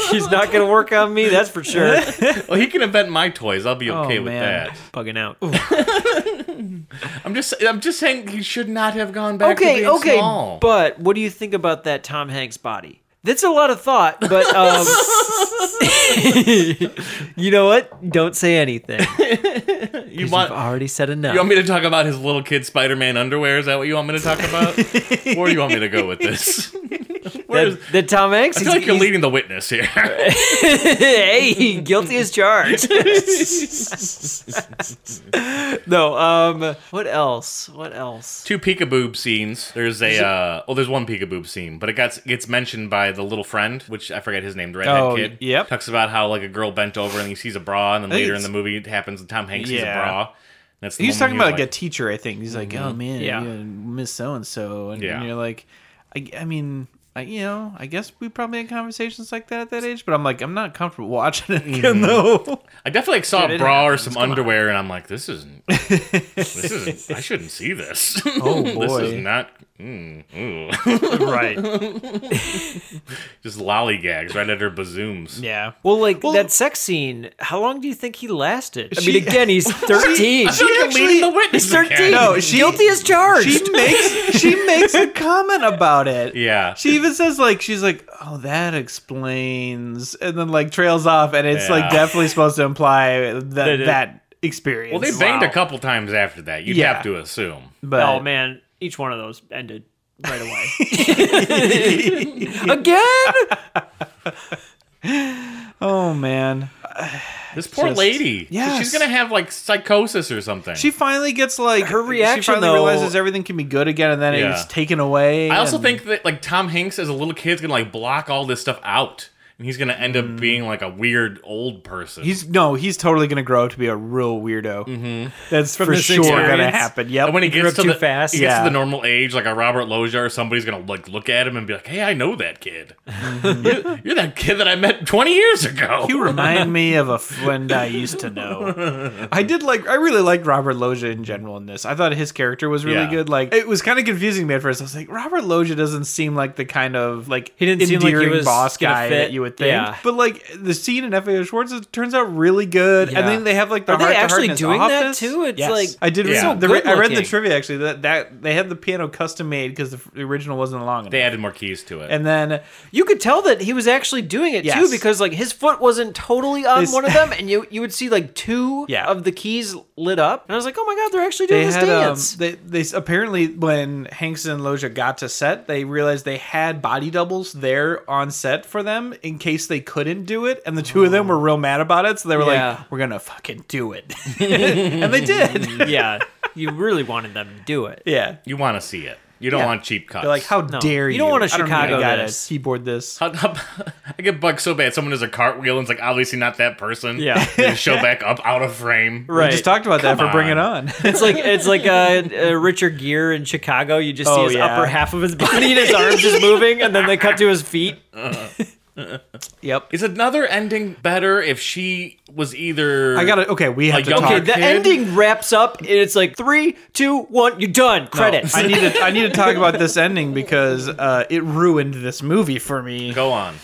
Speaker 3: He's not gonna work on me. That's for sure.
Speaker 2: well, he can invent my toys. I'll be okay
Speaker 3: Oh,
Speaker 2: with
Speaker 3: man.
Speaker 2: that.
Speaker 3: Bugging out.
Speaker 2: I'm just. I'm just saying he should not have gone back. to
Speaker 3: okay,
Speaker 2: being
Speaker 3: okay.
Speaker 2: Small.
Speaker 3: But what do you think about that Tom Hanks body? That's a lot of thought, but um, you know what? Don't say anything.
Speaker 2: You
Speaker 3: You've
Speaker 2: want?
Speaker 3: already said enough.
Speaker 2: You want me to talk about his little kid Spider-Man underwear? Is that what you want me to talk about? Where do you want me to go with this? Where is-
Speaker 3: that, that Tom
Speaker 2: I
Speaker 3: Hanks?
Speaker 2: feel
Speaker 3: he's-
Speaker 2: like you're
Speaker 3: he's-
Speaker 2: leading the witness here.
Speaker 3: hey, guilty as charged. no. Um. What else? What else?
Speaker 2: Two peekaboo scenes. There's a uh, well, there's one peekaboo scene, but it gets gets mentioned by the little friend, which I forget his name, the redhead
Speaker 3: Oh,
Speaker 2: kid. Yep. Talks about how like a girl bent over and he sees a bra, and then
Speaker 10: I think
Speaker 2: later in the
Speaker 10: it's-
Speaker 2: movie it happens. And Tom Hanks sees a
Speaker 10: Yeah.
Speaker 2: bra. That's the
Speaker 10: He's
Speaker 2: moment
Speaker 10: talking about
Speaker 2: you're
Speaker 10: like, a teacher, I think. He's like,
Speaker 2: Mhm.
Speaker 10: oh man,
Speaker 2: Yeah.
Speaker 10: yeah, miss so and so, and
Speaker 2: Yeah.
Speaker 10: you're like, I, I mean, I, you know, I guess we probably had conversations like that at that age, but I'm like, I'm not comfortable watching it again though.
Speaker 2: I definitely like, saw
Speaker 10: Dude,
Speaker 2: a
Speaker 10: it
Speaker 2: bra or
Speaker 10: happens.
Speaker 2: some
Speaker 10: Come on.
Speaker 2: underwear, and I'm like, this isn't. This isn't. I shouldn't see this.
Speaker 10: Oh,
Speaker 2: this
Speaker 10: boy.
Speaker 2: is not. Mm, ooh.
Speaker 3: Right.
Speaker 2: Just lollygags right at her bazooms.
Speaker 3: Yeah. Well, like that sex scene. How long do you think he lasted? I
Speaker 10: She-
Speaker 3: mean, again, he's
Speaker 10: She-
Speaker 3: thirteen.
Speaker 10: I feel like you're She leading the actually- witness
Speaker 3: He's thirteen.
Speaker 10: again. No, she-
Speaker 3: guilty as charged.
Speaker 10: She makes she makes a comment about it.
Speaker 2: Yeah.
Speaker 10: She even says like she's like, "Oh, that explains," and then like trails off, and it's
Speaker 2: Yeah.
Speaker 10: like definitely supposed to imply
Speaker 3: That
Speaker 10: that
Speaker 3: it-
Speaker 10: that experience.
Speaker 2: Well, they banged a couple times after that. You'd
Speaker 10: Yeah.
Speaker 2: have to assume.
Speaker 10: But
Speaker 3: oh man, each one of those ended right away. again.
Speaker 10: oh man,
Speaker 2: This poor
Speaker 10: Just-
Speaker 2: lady. Yeah,
Speaker 10: Yes.
Speaker 2: she's gonna have like psychosis or something.
Speaker 10: she finally gets like her
Speaker 3: reaction,
Speaker 10: She finally
Speaker 3: though-
Speaker 10: realizes everything can be good again, and then
Speaker 2: Yeah.
Speaker 10: it's taken away.
Speaker 2: I also
Speaker 10: and-
Speaker 2: think that like Tom Hanks as a little kid's gonna like block all this stuff out, and he's gonna end up being like a weird old person.
Speaker 10: Mm. he's no, he's totally gonna grow up to be a real weirdo. Mm-hmm. That's for
Speaker 2: this
Speaker 10: sure gonna
Speaker 2: experience.
Speaker 10: happen. Yep.
Speaker 2: And when he
Speaker 3: He grew
Speaker 2: gets
Speaker 3: up
Speaker 2: to
Speaker 3: too
Speaker 2: the,
Speaker 3: fast.
Speaker 2: he gets
Speaker 10: Yeah.
Speaker 2: to the normal age, like a Robert Loggia or somebody's gonna like look at him and be like, "Hey, I know that kid. you're, you're that kid that I met 20 years ago."
Speaker 10: You remind me of a friend I used to know. I did like. I really liked Robert Loggia in general in this. I thought his character was really
Speaker 2: Yeah.
Speaker 10: good. Like it was kind of confusing me at first. I was like, Robert Loggia doesn't seem like the kind of like
Speaker 3: He didn't seem like he
Speaker 10: endearing
Speaker 3: was
Speaker 10: boss
Speaker 3: gonna
Speaker 10: guy
Speaker 3: fit.
Speaker 10: that you would think.
Speaker 3: Yeah.
Speaker 10: But like the scene in FAO Schwartz it turns out really good,
Speaker 3: Yeah.
Speaker 10: and then they have like the
Speaker 3: Are they
Speaker 10: heart to
Speaker 3: actually
Speaker 10: heart
Speaker 3: doing that
Speaker 10: office.
Speaker 3: too? It's
Speaker 10: Yes.
Speaker 3: like-
Speaker 10: I did.
Speaker 3: Yeah.
Speaker 10: Yeah.
Speaker 3: so
Speaker 10: the, re- I read the
Speaker 3: good-looking.
Speaker 10: trivia actually that that they had the piano custom made because the f- the original wasn't long
Speaker 2: They
Speaker 10: enough.
Speaker 2: added more keys to it.
Speaker 10: And then
Speaker 3: You could tell that he was actually doing it too
Speaker 10: Yes.
Speaker 3: because like his foot wasn't totally on
Speaker 10: This-
Speaker 3: one of them, and you you would see like two
Speaker 10: Yeah.
Speaker 3: of the keys lit up, and I was like, oh my god, they're actually doing this dance.
Speaker 10: Um, they, they s- apparently when Hanks and Loja got to set, they realized they had body doubles there on set for them in case they couldn't do it, and the two of them were real mad about it. So they were
Speaker 3: Oh. Yeah.
Speaker 10: like, "We're gonna fucking do it," and they did.
Speaker 3: yeah, you really wanted them to do it.
Speaker 10: yeah.
Speaker 2: you want to see it. You don't
Speaker 10: Yeah.
Speaker 2: want cheap cuts.
Speaker 10: They're like, "How
Speaker 3: No.
Speaker 10: dare you?"
Speaker 3: You don't want a
Speaker 10: I need
Speaker 3: Chicago
Speaker 10: a guy to
Speaker 3: this.
Speaker 10: keyboard this.
Speaker 2: How- how- I get bugged so bad. Someone does a cartwheel and it's like obviously not that person.
Speaker 3: Yeah.
Speaker 2: they show back up out of frame.
Speaker 10: We just talked about that for Bring It On.
Speaker 3: It's like it's like uh, uh, Richard Gere in Chicago. You just see
Speaker 10: Oh,
Speaker 3: his
Speaker 10: yeah.
Speaker 3: upper half of his body and his arms just moving, and then they cut to his feet.
Speaker 10: yep.
Speaker 2: Is another ending better if she was either?
Speaker 10: I gotta. Okay, we
Speaker 2: A
Speaker 10: have to
Speaker 2: young
Speaker 10: talk.
Speaker 3: Okay, the
Speaker 2: kid?
Speaker 3: ending wraps up. And it's like three, two, one. You're done. Credits.
Speaker 10: I need to. I need to talk about this ending because uh, it ruined this movie for me.
Speaker 2: Go on.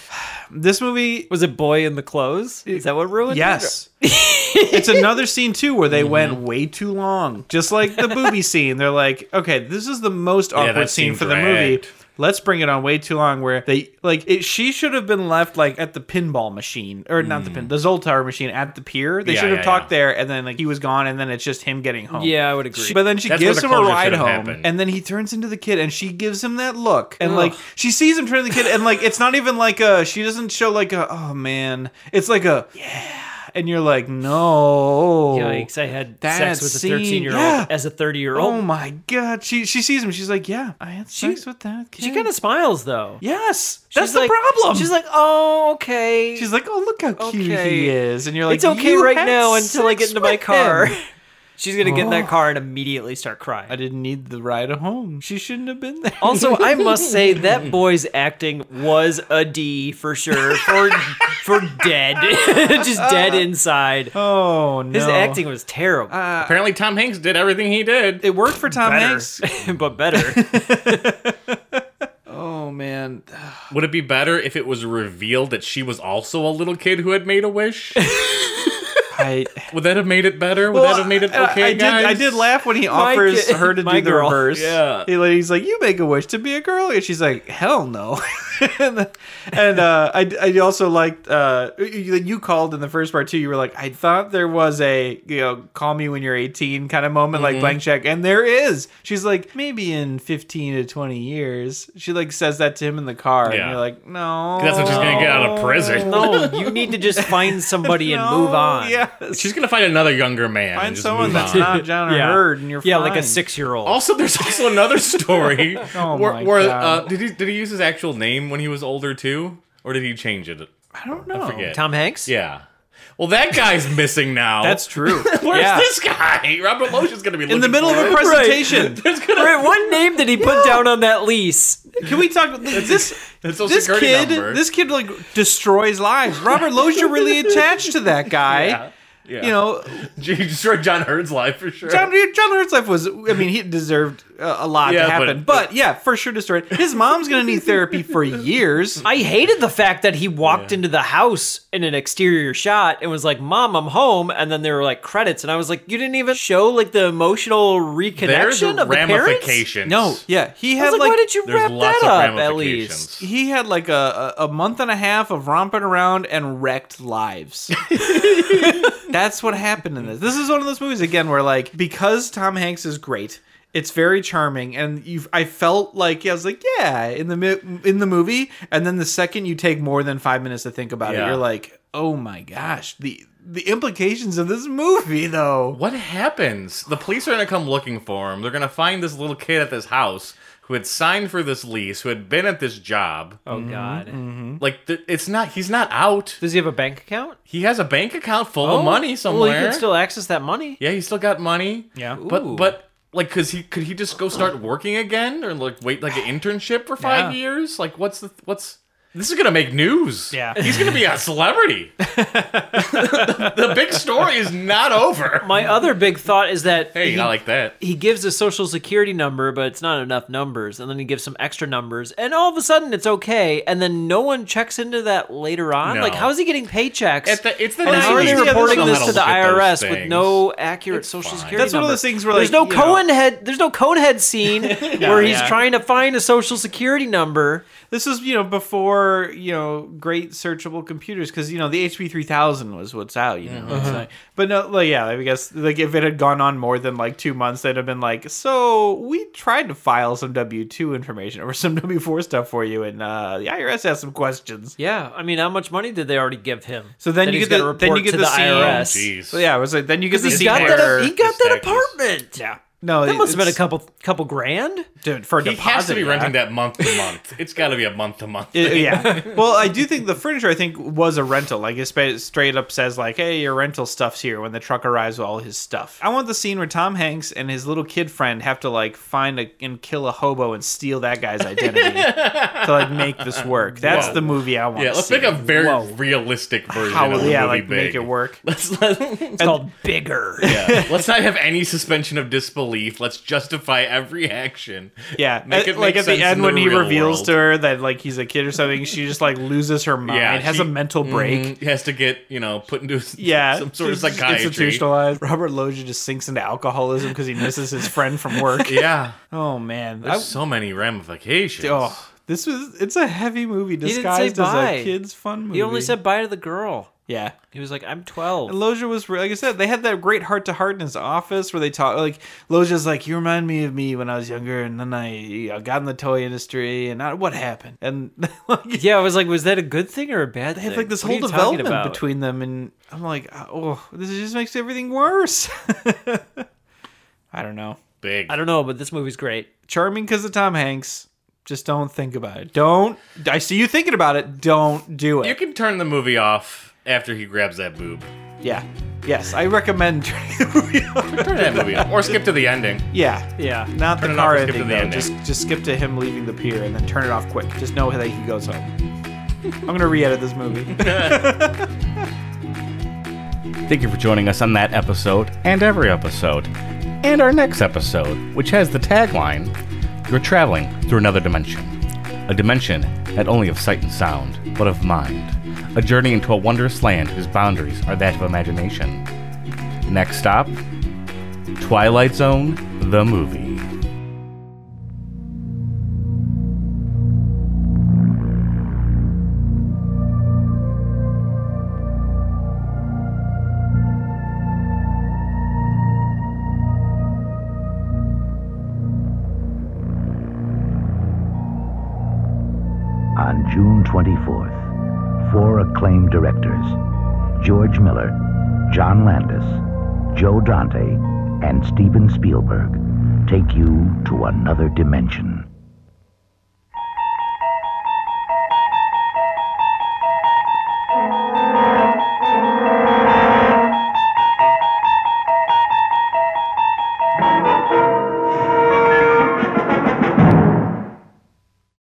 Speaker 10: This movie
Speaker 3: Was it boy in the clothes? Is that what ruined? it?
Speaker 10: Yes. it's another scene too where they went
Speaker 2: Mm-hmm.
Speaker 10: way too long. Just like the booby scene. They're like, okay, this is the most awkward
Speaker 2: that
Speaker 10: scene
Speaker 2: scene
Speaker 10: for the
Speaker 2: dragged.
Speaker 10: movie. Let's bring it on way too long where they like it she should have been left like at the pinball machine or not the pin the Zoltar machine at the pier. They
Speaker 2: Mm. Yeah,
Speaker 10: should have
Speaker 2: yeah,
Speaker 10: talked there and then like he was gone and then it's just him getting home.
Speaker 3: Oh. Yeah, I would agree.
Speaker 10: But then she
Speaker 2: That's where
Speaker 10: gives
Speaker 2: the
Speaker 10: him a
Speaker 2: closure should
Speaker 10: ride
Speaker 2: have
Speaker 10: home
Speaker 2: happened.
Speaker 10: and then he turns into the kid and she gives him that look and
Speaker 3: Ugh.
Speaker 10: like she sees him turn into the kid and like it's not even like a she doesn't show like a oh man. It's like a and you're like, no.
Speaker 3: Yikes! I had
Speaker 10: That
Speaker 3: sex with a
Speaker 10: scene,
Speaker 3: 13 year
Speaker 10: yeah.
Speaker 3: old as a 30 year old.
Speaker 10: Oh my god. She she sees him. She's like, yeah, I had sex with that kid.
Speaker 3: She kind of smiles though.
Speaker 10: yes.
Speaker 3: She's
Speaker 10: that's the
Speaker 3: like-
Speaker 10: problem.
Speaker 3: She's like, oh okay.
Speaker 10: she's like, oh look how cute
Speaker 3: Okay.
Speaker 10: he is, and you're like,
Speaker 3: it's okay
Speaker 10: "You
Speaker 3: right
Speaker 10: had
Speaker 3: now until I get
Speaker 10: sex
Speaker 3: into my
Speaker 10: with
Speaker 3: car.
Speaker 10: him." Oh.
Speaker 3: She's gonna get in that car and immediately start crying. I
Speaker 10: didn't need the ride home. She shouldn't have been there.
Speaker 3: Also, I must say that boy's acting was a D for sure. For for dead, just dead inside.
Speaker 10: Oh no, Uh,
Speaker 3: his acting was terrible.
Speaker 2: Apparently, Tom Hanks did everything he did.
Speaker 10: It worked for Tom
Speaker 3: Better.
Speaker 10: Hanks,
Speaker 3: but better.
Speaker 10: oh man,
Speaker 2: Would it be better if it was revealed that she was also a little kid who had made a wish?
Speaker 10: I,
Speaker 2: Would that have made it better? Would
Speaker 10: Well,
Speaker 2: that have made it
Speaker 10: I-
Speaker 2: okay,
Speaker 10: I, did,
Speaker 2: guys?
Speaker 10: I did laugh when he
Speaker 2: My
Speaker 10: offers
Speaker 2: kid-
Speaker 10: her to
Speaker 2: my
Speaker 10: do the
Speaker 2: girl.
Speaker 10: reverse.
Speaker 2: Yeah.
Speaker 10: He- he's like, "You make a wish to be a girl," and she's like, "Hell no." and uh, I, I also liked uh, you, you called in the first part too. You were like, "I thought there was a you know call me when you're 18 kind of moment
Speaker 3: Mhm.
Speaker 2: Mm-hmm.
Speaker 10: like blank check," and there is. She's like, "Maybe in 15 to 20 years." She like says that to him in the car,
Speaker 2: Yeah.
Speaker 10: and you're like, "No,
Speaker 2: That's what she's gonna get out of prison.
Speaker 10: Oh,
Speaker 3: no, you need to just find somebody and move on.
Speaker 10: Yeah,
Speaker 2: She's gonna find another younger man. and
Speaker 10: find
Speaker 2: just
Speaker 10: someone
Speaker 2: move
Speaker 10: that's
Speaker 2: on.
Speaker 10: not John or
Speaker 2: Yeah.
Speaker 10: Hurd, and you're
Speaker 3: Yeah, like a
Speaker 10: fine.
Speaker 3: six-year-old.
Speaker 2: Also, there's also another story
Speaker 10: Oh
Speaker 2: where,
Speaker 10: my
Speaker 2: where
Speaker 10: God.
Speaker 2: Uh, did he did he use his actual name when he was older too, or did he change it?
Speaker 10: I don't
Speaker 2: know. forget.
Speaker 3: Tom Hanks.
Speaker 2: Yeah. Well, that guy's missing now.
Speaker 10: That's true.
Speaker 2: Where's
Speaker 10: Yeah.
Speaker 2: this guy? Robert Loach is gonna be looking
Speaker 10: in the middle of
Speaker 2: for
Speaker 10: a
Speaker 2: him.
Speaker 10: presentation.
Speaker 3: Right, what name did he put down on that lease?
Speaker 10: Can we talk this?
Speaker 2: That's a
Speaker 10: This
Speaker 2: security
Speaker 10: kid,
Speaker 2: number.
Speaker 10: this kid like destroys lives. Robert Lozier really attached to that guy.
Speaker 2: Yeah. Yeah.
Speaker 10: You know,
Speaker 2: Gee, he destroyed John Hurd's life for sure.
Speaker 10: John, John Hurt's life was, I mean, he deserved uh, a lot
Speaker 2: Yeah,
Speaker 10: to
Speaker 2: but-
Speaker 10: happen. But, yeah, for sure destroyed. His mom's going to need therapy for years.
Speaker 3: I hated the fact that he walked into the house in an exterior shot and was like, "Mom, I'm home," and then there were like credits, and I was like, "You didn't even show like the emotional reconnection
Speaker 2: There's
Speaker 3: of the parents."
Speaker 2: ramifications.
Speaker 10: No, yeah. He
Speaker 3: I was
Speaker 10: had
Speaker 3: like,
Speaker 10: like,
Speaker 3: why did you
Speaker 2: There's
Speaker 3: wrap
Speaker 2: lots
Speaker 3: that
Speaker 2: of
Speaker 3: up at least?
Speaker 2: ramifications.
Speaker 10: he had like a, a a month and a half of romping around and wrecked lives. That's what happened in this. This is one of those movies again where like because Tom Hanks is great, it's very charming, and you I felt like I was like yeah in the mi- in the movie, and then the second you take more than five minutes to think about
Speaker 2: Yeah.
Speaker 10: it, you're like oh my gosh the the implications of this movie though.
Speaker 2: What happens? The police are gonna come looking for him. They're gonna find this little kid at this house who had signed for this lease, who had been at this job.
Speaker 3: Oh God!
Speaker 2: Like th- it's not. He's not out.
Speaker 3: Does he have a bank account?
Speaker 2: He has a bank account full
Speaker 3: Oh,
Speaker 2: of money somewhere.
Speaker 3: Well, he can still access that money.
Speaker 2: yeah, he still got money.
Speaker 3: Yeah.
Speaker 2: But but like, cause he could he just go start working again or like wait like an internship for five
Speaker 3: Yeah.
Speaker 2: years? Like what's the what's this is gonna make news.
Speaker 3: Yeah.
Speaker 2: He's gonna be a celebrity. the, the big story is not over.
Speaker 3: My other big thought is that
Speaker 2: Hey,
Speaker 3: he,
Speaker 2: I like that.
Speaker 3: he gives a social security number, but it's not enough numbers, and then he gives some extra numbers, and all of a sudden it's okay, and then no one checks into that later on.
Speaker 2: No.
Speaker 3: Like, how is he getting paychecks?
Speaker 2: At the- it's the
Speaker 3: and how are
Speaker 2: 90s.
Speaker 3: they
Speaker 2: Yeah, this
Speaker 3: reporting
Speaker 2: is-
Speaker 3: this to the
Speaker 2: Look at those
Speaker 3: IRS with
Speaker 2: things.
Speaker 3: no accurate social security?
Speaker 10: That's one of
Speaker 3: number?
Speaker 10: those things where,
Speaker 3: there's
Speaker 10: like,
Speaker 3: no
Speaker 10: you know-
Speaker 3: Cohen head. There's no Cohen head scene where he's
Speaker 10: Yeah.
Speaker 3: trying to find a social security number.
Speaker 10: This is you know before you know great searchable computers because you know the HP three thousand was what's out you know. It's
Speaker 3: Mhm.
Speaker 10: like- but no, like, yeah, I guess like if it had gone on more than like two months, they'd have been like, so we tried to file some W two information or some W four stuff for you, and uh, the IRS has some questions.
Speaker 3: Yeah, I mean, how much money did they already give him?
Speaker 10: So then
Speaker 3: that
Speaker 10: you
Speaker 3: he's
Speaker 10: get
Speaker 3: gotta
Speaker 10: the then
Speaker 3: report
Speaker 10: you get
Speaker 3: to
Speaker 10: the,
Speaker 3: the
Speaker 2: Oh,
Speaker 10: scene-
Speaker 3: IRS.
Speaker 10: So, yeah, I was like, then you get the
Speaker 3: Because he
Speaker 10: scene
Speaker 3: got
Speaker 10: where-
Speaker 3: that. He got that apartment. Yeah.
Speaker 10: no,
Speaker 3: That must have been a
Speaker 10: it's-
Speaker 3: couple couple grand.
Speaker 10: dude for a
Speaker 2: He
Speaker 10: deposit.
Speaker 2: has to be
Speaker 10: yeah.
Speaker 2: renting that month to month. It's got to be a month to month.
Speaker 10: It- yeah. Well, I do think the furniture I think was a rental. Like it spa- straight up says like, "Hey, your rental stuff's here." When the truck arrives with all his stuff. I want the scene where Tom Hanks and his little kid friend have to like find a, and kill a hobo and steal that guy's identity to like make this work. That's
Speaker 2: Whoa.
Speaker 10: the movie I want.
Speaker 2: Yeah,
Speaker 10: to
Speaker 2: let's
Speaker 10: see.
Speaker 2: make a very realistic version
Speaker 10: How-
Speaker 2: of the
Speaker 10: yeah,
Speaker 2: movie big.
Speaker 10: like, make it work.
Speaker 2: Let's let,
Speaker 3: It's called bigger.
Speaker 2: yeah. Let's not have any suspension of disbelief. Let's justify every action.
Speaker 10: Yeah,
Speaker 2: Make it
Speaker 10: at- like
Speaker 2: make
Speaker 10: at the
Speaker 2: sense
Speaker 10: end
Speaker 2: in
Speaker 10: when he
Speaker 2: real
Speaker 10: reveals
Speaker 2: world.
Speaker 10: to her that like he's a kid or something, she just like loses her mind, has
Speaker 2: she-
Speaker 10: a mental break.
Speaker 2: Mhm, has to get you know put into s-
Speaker 10: Yeah,
Speaker 2: some sort of
Speaker 10: it's just
Speaker 2: psychiatry.
Speaker 10: Institutionalized. Robert Loggia just sinks into alcoholism because he misses his friend from work.
Speaker 2: Yeah,
Speaker 10: Oh man,
Speaker 2: there's
Speaker 10: I-
Speaker 2: so many ramifications.
Speaker 10: oh, this was it's a heavy movie
Speaker 3: He didn't say
Speaker 10: disguised
Speaker 3: bye.
Speaker 10: as a kids fun movie.
Speaker 3: He only said bye to the girl.
Speaker 10: yeah.
Speaker 3: He was like, "I'm 12."
Speaker 10: And Loja was re- like I said, they had that great heart to heart in his office where they talk like Loja's like, You remind me of me when I was younger and then I, I got in the toy industry and I, what happened? And
Speaker 3: yeah, I was like, "Was that a good thing or a bad
Speaker 10: they
Speaker 3: thing?"
Speaker 10: have like this
Speaker 3: What are
Speaker 10: whole
Speaker 3: you talking
Speaker 10: development
Speaker 3: about?
Speaker 10: between them and I'm like, oh, this just makes everything worse. I don't know.
Speaker 2: big.
Speaker 3: I don't know, but this movie's great.
Speaker 10: charming because of Tom Hanks. Just don't think about it. Don't. I see you thinking about it. Don't do it.
Speaker 2: You can turn the movie off after he grabs that boob.
Speaker 10: Yeah. Yes, I recommend
Speaker 2: Turn that movie up. Or skip to the ending.
Speaker 10: Yeah,
Speaker 18: yeah.
Speaker 10: Not
Speaker 2: Turn
Speaker 10: the
Speaker 2: it off
Speaker 10: car
Speaker 2: or skip to
Speaker 10: ending.
Speaker 2: the
Speaker 10: though.
Speaker 2: ending.
Speaker 10: Just just skip to him leaving the pier and then turn it off quick. Just know that he goes home. I'm gonna re-edit this movie.
Speaker 7: Thank you for joining us on that episode and every episode, and our next episode, which has the tagline You're traveling through another dimension. A dimension not only of sight and sound, but of mind. A journey into a wondrous land whose boundaries are that of imagination. Next stop Twilight Zone, the movie.
Speaker 8: On June 24th, four acclaimed directors, George Miller, John Landis, Joe Dante, and Steven Spielberg, take you to another dimension.